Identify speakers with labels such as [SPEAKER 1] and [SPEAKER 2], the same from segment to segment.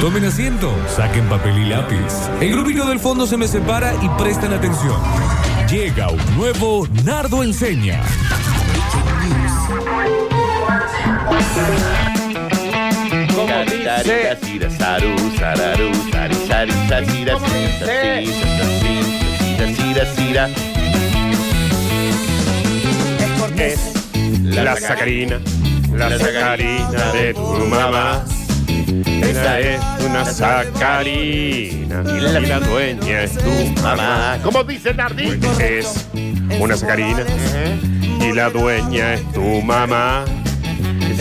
[SPEAKER 1] Tomen asiento, saquen papel y lápiz. El grupito del fondo se me separa y prestan atención. Llega un nuevo Nardo Enseña.
[SPEAKER 2] Como dice,
[SPEAKER 3] es cortés.
[SPEAKER 4] Es la sacarina, la sacarina de tu mamá. Esa es una sacarina y la dueña es tu mamá.
[SPEAKER 2] Mamá, como dice Nardi.
[SPEAKER 4] Es una sacarina y la dueña es tu mamá.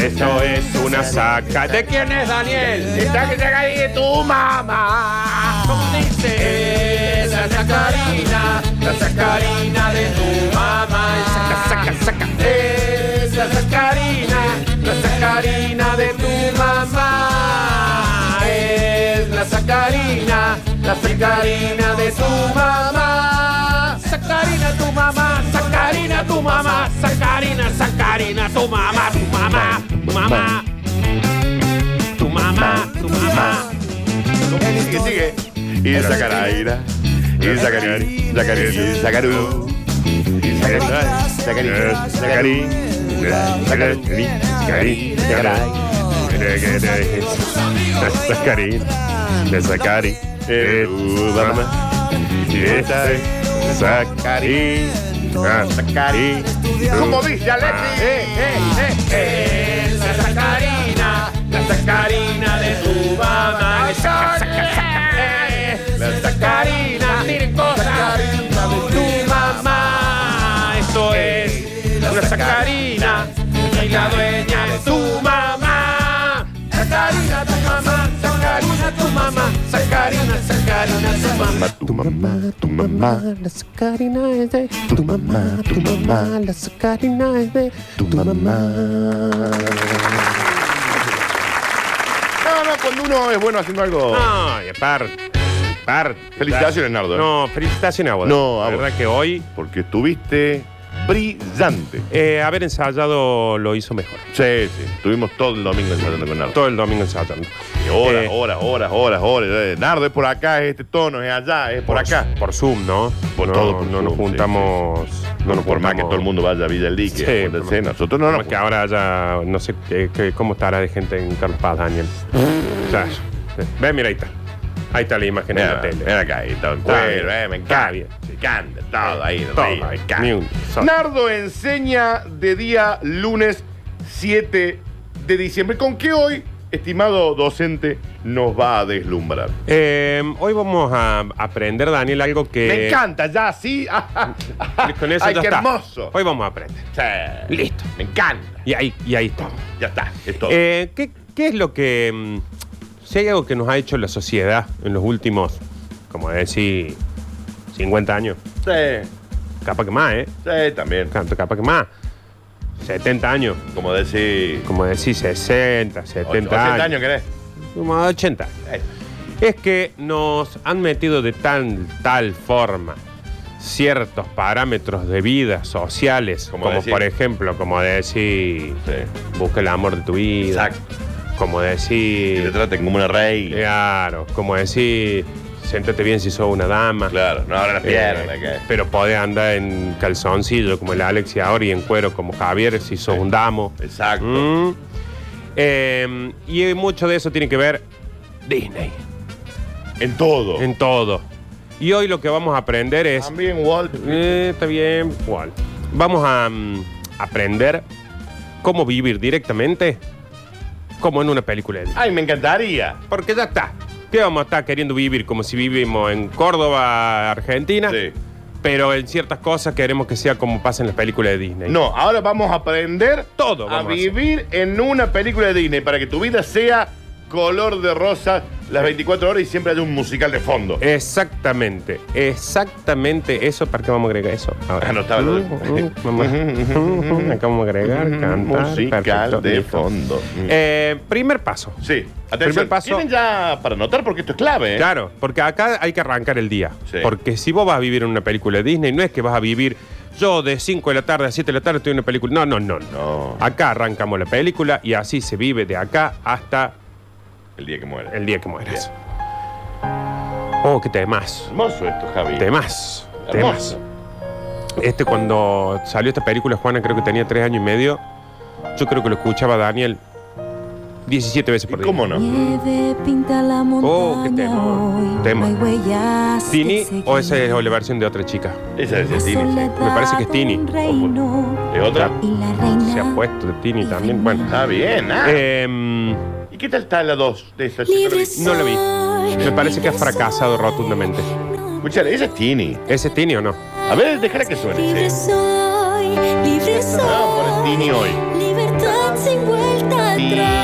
[SPEAKER 4] Eso es una saca. ¿De quién es Daniel?
[SPEAKER 2] Está que llega ahí de tu mamá. Como dice, la sacarina, la sacarina de tu mamá. Saca, saca, saca. Es la sacarina, la sacarina de tu mamá. Es la sacarina, la sacarina de tu mamá. Sacarina tu mamá, sacarina tu mamá, sacarina, sacarina tu mamá, tu mamá, tu mamá. Tu mamá, tu mamá.
[SPEAKER 3] El
[SPEAKER 2] Sigue, sigue.
[SPEAKER 4] Y sacarina, y sacarina, sacarina, sacarú. Y sacarina,
[SPEAKER 2] eh,
[SPEAKER 4] sacarina, sacarina, sacarina, sacarina, sacarina, sacarina, de sacarina,
[SPEAKER 2] Eh,
[SPEAKER 4] de tu mamá. Eh, Y esta es sacarina, sacarina.
[SPEAKER 2] Como dice Alexis.
[SPEAKER 4] Ah, Eh,
[SPEAKER 2] Es la sacarina, la sacarina de tu mamá.
[SPEAKER 4] Eh.
[SPEAKER 2] Es La sacarina, la sacarina de tu mamá. Esto es la sacarina y la dueña de tu mamá. Sacarina tu mamá, sacarina tu mamá, sacarina, sacarina tu mamá.
[SPEAKER 4] Tu mamá, tu mamá,
[SPEAKER 5] La sacarina es de
[SPEAKER 4] tu mamá, tu mamá,
[SPEAKER 5] la sacarina es de
[SPEAKER 4] tu mamá.
[SPEAKER 3] No, no, cuando uno es bueno haciendo algo.
[SPEAKER 2] Ah.
[SPEAKER 4] Ay, aparte. aparte.
[SPEAKER 3] Felicitaciones, Nardo, ¿eh?
[SPEAKER 4] No, felicitaciones a vos.
[SPEAKER 3] No, a
[SPEAKER 4] La
[SPEAKER 3] vos.
[SPEAKER 4] verdad que hoy
[SPEAKER 3] Porque estuviste brillante.
[SPEAKER 4] eh, haber ensayado lo hizo mejor.
[SPEAKER 3] Sí, sí. Estuvimos todo el domingo ensayando con Nardo.
[SPEAKER 4] Todo el domingo ensayando.
[SPEAKER 3] Y Horas,
[SPEAKER 4] Eh,
[SPEAKER 3] horas, horas, horas, horas. Eh, Nardo es por acá, es este tono, es allá, es por acá.
[SPEAKER 4] Por Zoom, ¿no?
[SPEAKER 3] Por
[SPEAKER 4] no,
[SPEAKER 3] todo por
[SPEAKER 4] no nos
[SPEAKER 3] Zoom,
[SPEAKER 4] juntamos. No nos
[SPEAKER 3] por más que
[SPEAKER 4] juntamos-
[SPEAKER 3] todo el mundo vaya a Villa El Dique.
[SPEAKER 4] Sí,
[SPEAKER 3] acuérdense,
[SPEAKER 4] por-
[SPEAKER 3] nosotros no
[SPEAKER 4] Como
[SPEAKER 3] nos
[SPEAKER 4] es que ahora ya no sé qué- qué- cómo estará de gente en Carlos Paz, Daniel. Claro. Ve, mira, ahí está. Ahí está la imagen en
[SPEAKER 3] Mira,
[SPEAKER 4] la tele.
[SPEAKER 3] mira acá, ahí está un cuero, eh, me
[SPEAKER 4] Está
[SPEAKER 3] encanta.
[SPEAKER 4] bien.
[SPEAKER 3] Me encanta, todo ahí,
[SPEAKER 4] Todo
[SPEAKER 3] ahí, me
[SPEAKER 4] ahí,
[SPEAKER 3] encanta.
[SPEAKER 4] ni un solo.
[SPEAKER 3] Nardo enseña de día lunes 7 de diciembre. ¿Con qué hoy, estimado docente, nos va a deslumbrar?
[SPEAKER 4] Eh, hoy vamos a aprender, Daniel, algo que.
[SPEAKER 3] me encanta, ya así. ah, ah, ah,
[SPEAKER 4] Eh. Con eso
[SPEAKER 3] Ay,
[SPEAKER 4] ya
[SPEAKER 3] qué
[SPEAKER 4] está.
[SPEAKER 3] hermoso.
[SPEAKER 4] Hoy vamos a aprender.
[SPEAKER 3] Sí.
[SPEAKER 4] Listo.
[SPEAKER 3] Me encanta.
[SPEAKER 4] Y ahí, y ahí estamos.
[SPEAKER 3] Ya está, es todo.
[SPEAKER 4] Eh, ¿qué, qué es lo que. mm, si hay algo que nos ha hecho la sociedad en los últimos, como decir, 50 años?
[SPEAKER 3] sí,
[SPEAKER 4] Capaz que más, ¿eh?
[SPEAKER 3] sí, también.
[SPEAKER 4] Capaz capaz que más. 70 años.
[SPEAKER 3] Como decir.
[SPEAKER 4] Como decir, 60, 70
[SPEAKER 3] 80
[SPEAKER 4] años.
[SPEAKER 3] años, ¿querés?
[SPEAKER 4] Como 80.
[SPEAKER 3] Eh,
[SPEAKER 4] Es que nos han metido de tal, tal forma ciertos parámetros de vida sociales,
[SPEAKER 3] Como
[SPEAKER 4] como
[SPEAKER 3] decir.
[SPEAKER 4] por ejemplo, como decir,
[SPEAKER 3] sí.
[SPEAKER 4] busca el amor de tu vida.
[SPEAKER 3] Exacto.
[SPEAKER 4] Como
[SPEAKER 3] Que te
[SPEAKER 4] decir,
[SPEAKER 3] traten como una rey.
[SPEAKER 4] claro, como decir, siéntate bien si sos una dama.
[SPEAKER 3] Claro, no ahora las
[SPEAKER 4] Eh,
[SPEAKER 3] piernas. que-
[SPEAKER 4] pero podés andar en calzoncillo como el Alex y ahora y en cuero como Javier si sos un damo.
[SPEAKER 3] Exacto.
[SPEAKER 4] Mm. Eh, y mucho de eso tiene que ver Disney.
[SPEAKER 3] En todo.
[SPEAKER 4] En todo. Y hoy lo que vamos a aprender es.
[SPEAKER 3] También Walt.
[SPEAKER 4] Eh, está bien, ¿cuál? Vamos a mm, aprender cómo vivir directamente como en una película de Disney.
[SPEAKER 3] Ay, me encantaría.
[SPEAKER 4] Porque ya está. ¿Qué vamos a estar queriendo vivir? Como si vivimos en Córdoba, Argentina.
[SPEAKER 3] Sí.
[SPEAKER 4] Pero en ciertas cosas queremos que sea como pasa en las películas de Disney.
[SPEAKER 3] No, ahora vamos a aprender
[SPEAKER 4] Todo
[SPEAKER 3] a
[SPEAKER 4] vamos a
[SPEAKER 3] vivir en una película de Disney para que tu vida sea color de rosa las 24 horas y siempre haya un musical de fondo.
[SPEAKER 4] Eh, Exactamente, exactamente eso. ¿Para qué vamos a agregar eso? Ahora.
[SPEAKER 3] Ah, no estaba lo de-
[SPEAKER 4] Mm, mm, vamos a- uh, acá vamos a agregar, cantar.
[SPEAKER 3] musical
[SPEAKER 4] perfecto,
[SPEAKER 3] de
[SPEAKER 4] listo.
[SPEAKER 3] fondo. Mm.
[SPEAKER 4] Eh, primer paso.
[SPEAKER 3] Sí, atención.
[SPEAKER 4] Primer paso.
[SPEAKER 3] Tienen ya para anotar porque esto es clave. ¿eh?
[SPEAKER 4] Claro, porque acá hay que arrancar el día.
[SPEAKER 3] Sí.
[SPEAKER 4] Porque si vos vas a vivir en una película de Disney, no es que vas a vivir yo de 5 de la tarde a 7 de la tarde estoy en una película. No, no, no, no.
[SPEAKER 3] No.
[SPEAKER 4] Acá arrancamos la película y así se vive de acá hasta
[SPEAKER 3] El día que muera.
[SPEAKER 4] el día que mueras. Oh, qué temas.
[SPEAKER 3] Hermoso esto, Javi.
[SPEAKER 4] Temas. Temas.
[SPEAKER 3] Hermoso.
[SPEAKER 4] Este cuando salió esta película, Juana, creo que tenía tres años y medio. Yo creo que lo escuchaba Daniel 17 veces
[SPEAKER 3] ¿Y
[SPEAKER 4] por día.
[SPEAKER 3] cómo no?
[SPEAKER 6] Nieve pinta la
[SPEAKER 4] Oh, qué
[SPEAKER 6] montaña
[SPEAKER 4] tema,
[SPEAKER 6] hoy.
[SPEAKER 4] tema.
[SPEAKER 6] No hay huellas que
[SPEAKER 4] ¿Tini
[SPEAKER 6] seguir.
[SPEAKER 4] o esa es la versión de otra chica?
[SPEAKER 3] Esa es
[SPEAKER 6] La
[SPEAKER 3] el cine, sí.
[SPEAKER 6] soledad
[SPEAKER 4] Me parece que es Tini.
[SPEAKER 6] de un reino
[SPEAKER 3] ¿De otra?
[SPEAKER 6] y la reina
[SPEAKER 4] Se ha puesto de Tini también. Bueno.
[SPEAKER 3] Ah, bien. ah.
[SPEAKER 4] Em,
[SPEAKER 3] ¿Y qué tal está la 2 de esa chica?
[SPEAKER 6] Libre
[SPEAKER 4] no la vi. Me parece que ha fracasado rotundamente.
[SPEAKER 3] Escuchala, esa es Tini.
[SPEAKER 4] ¿Ese es Tini o no?
[SPEAKER 3] A ver, déjala que suene.
[SPEAKER 6] Libre
[SPEAKER 3] sí.
[SPEAKER 6] soy, libre soy.
[SPEAKER 3] Vamos a poner Tini hoy.
[SPEAKER 6] Libertad sin vuelta
[SPEAKER 3] Tini.
[SPEAKER 6] atrás.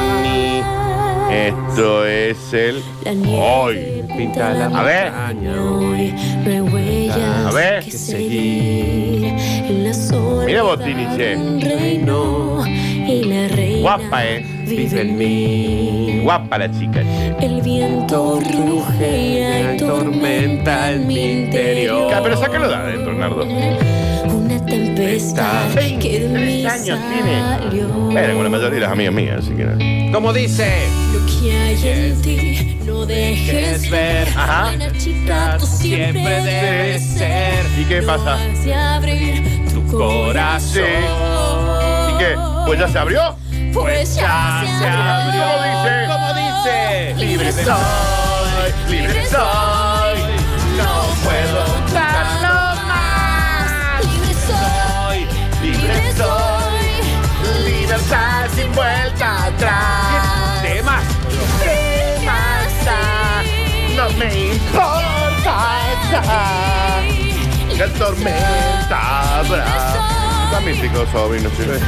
[SPEAKER 3] Esto es el.
[SPEAKER 6] La nieve
[SPEAKER 3] Hoy.
[SPEAKER 4] pinta la
[SPEAKER 3] A ver.
[SPEAKER 6] montaña hoy. No hay huellas
[SPEAKER 3] A ver.
[SPEAKER 6] que seguir. En la soledad
[SPEAKER 3] Mira vos, Tini, che.
[SPEAKER 6] de un reino y la reina
[SPEAKER 3] Guapa, eh.
[SPEAKER 6] Vive en mí.
[SPEAKER 3] Guapa la chica. che.
[SPEAKER 6] El viento ruge y hay tormenta en mi interior.
[SPEAKER 3] Ca- Pero sácalo de adentro, Nardo.
[SPEAKER 6] Una tempestad
[SPEAKER 3] Veinte,
[SPEAKER 6] que de mí
[SPEAKER 3] tres años tiene.
[SPEAKER 6] salió.
[SPEAKER 3] Era con la mayoría de las amigas mías, así que. no.
[SPEAKER 4] Como dice.
[SPEAKER 6] Lo que hay en ti no dejes ver.
[SPEAKER 3] Ajá.
[SPEAKER 6] Buena chica, tú siempre debes ser.
[SPEAKER 3] ¿Y qué
[SPEAKER 6] No
[SPEAKER 3] pasa?
[SPEAKER 6] has de abrir tu corazón.
[SPEAKER 3] Sí. ¿Y qué? ¿Pues ya se abrió?
[SPEAKER 6] Pues ya se abrió.
[SPEAKER 3] ¿Cómo dice? ¿Cómo dice?
[SPEAKER 6] Libre
[SPEAKER 3] soy, libre soy. No puedo darlo más.
[SPEAKER 6] Libre soy,
[SPEAKER 3] Soy,
[SPEAKER 6] libre soy.
[SPEAKER 3] Libertad sin vuelta atrás.
[SPEAKER 4] Temas.
[SPEAKER 3] ¿Qué pasa? No me importa.
[SPEAKER 6] Libre
[SPEAKER 3] La tormenta habrá.
[SPEAKER 6] soy.
[SPEAKER 3] También chicos, sobrinos, sirve.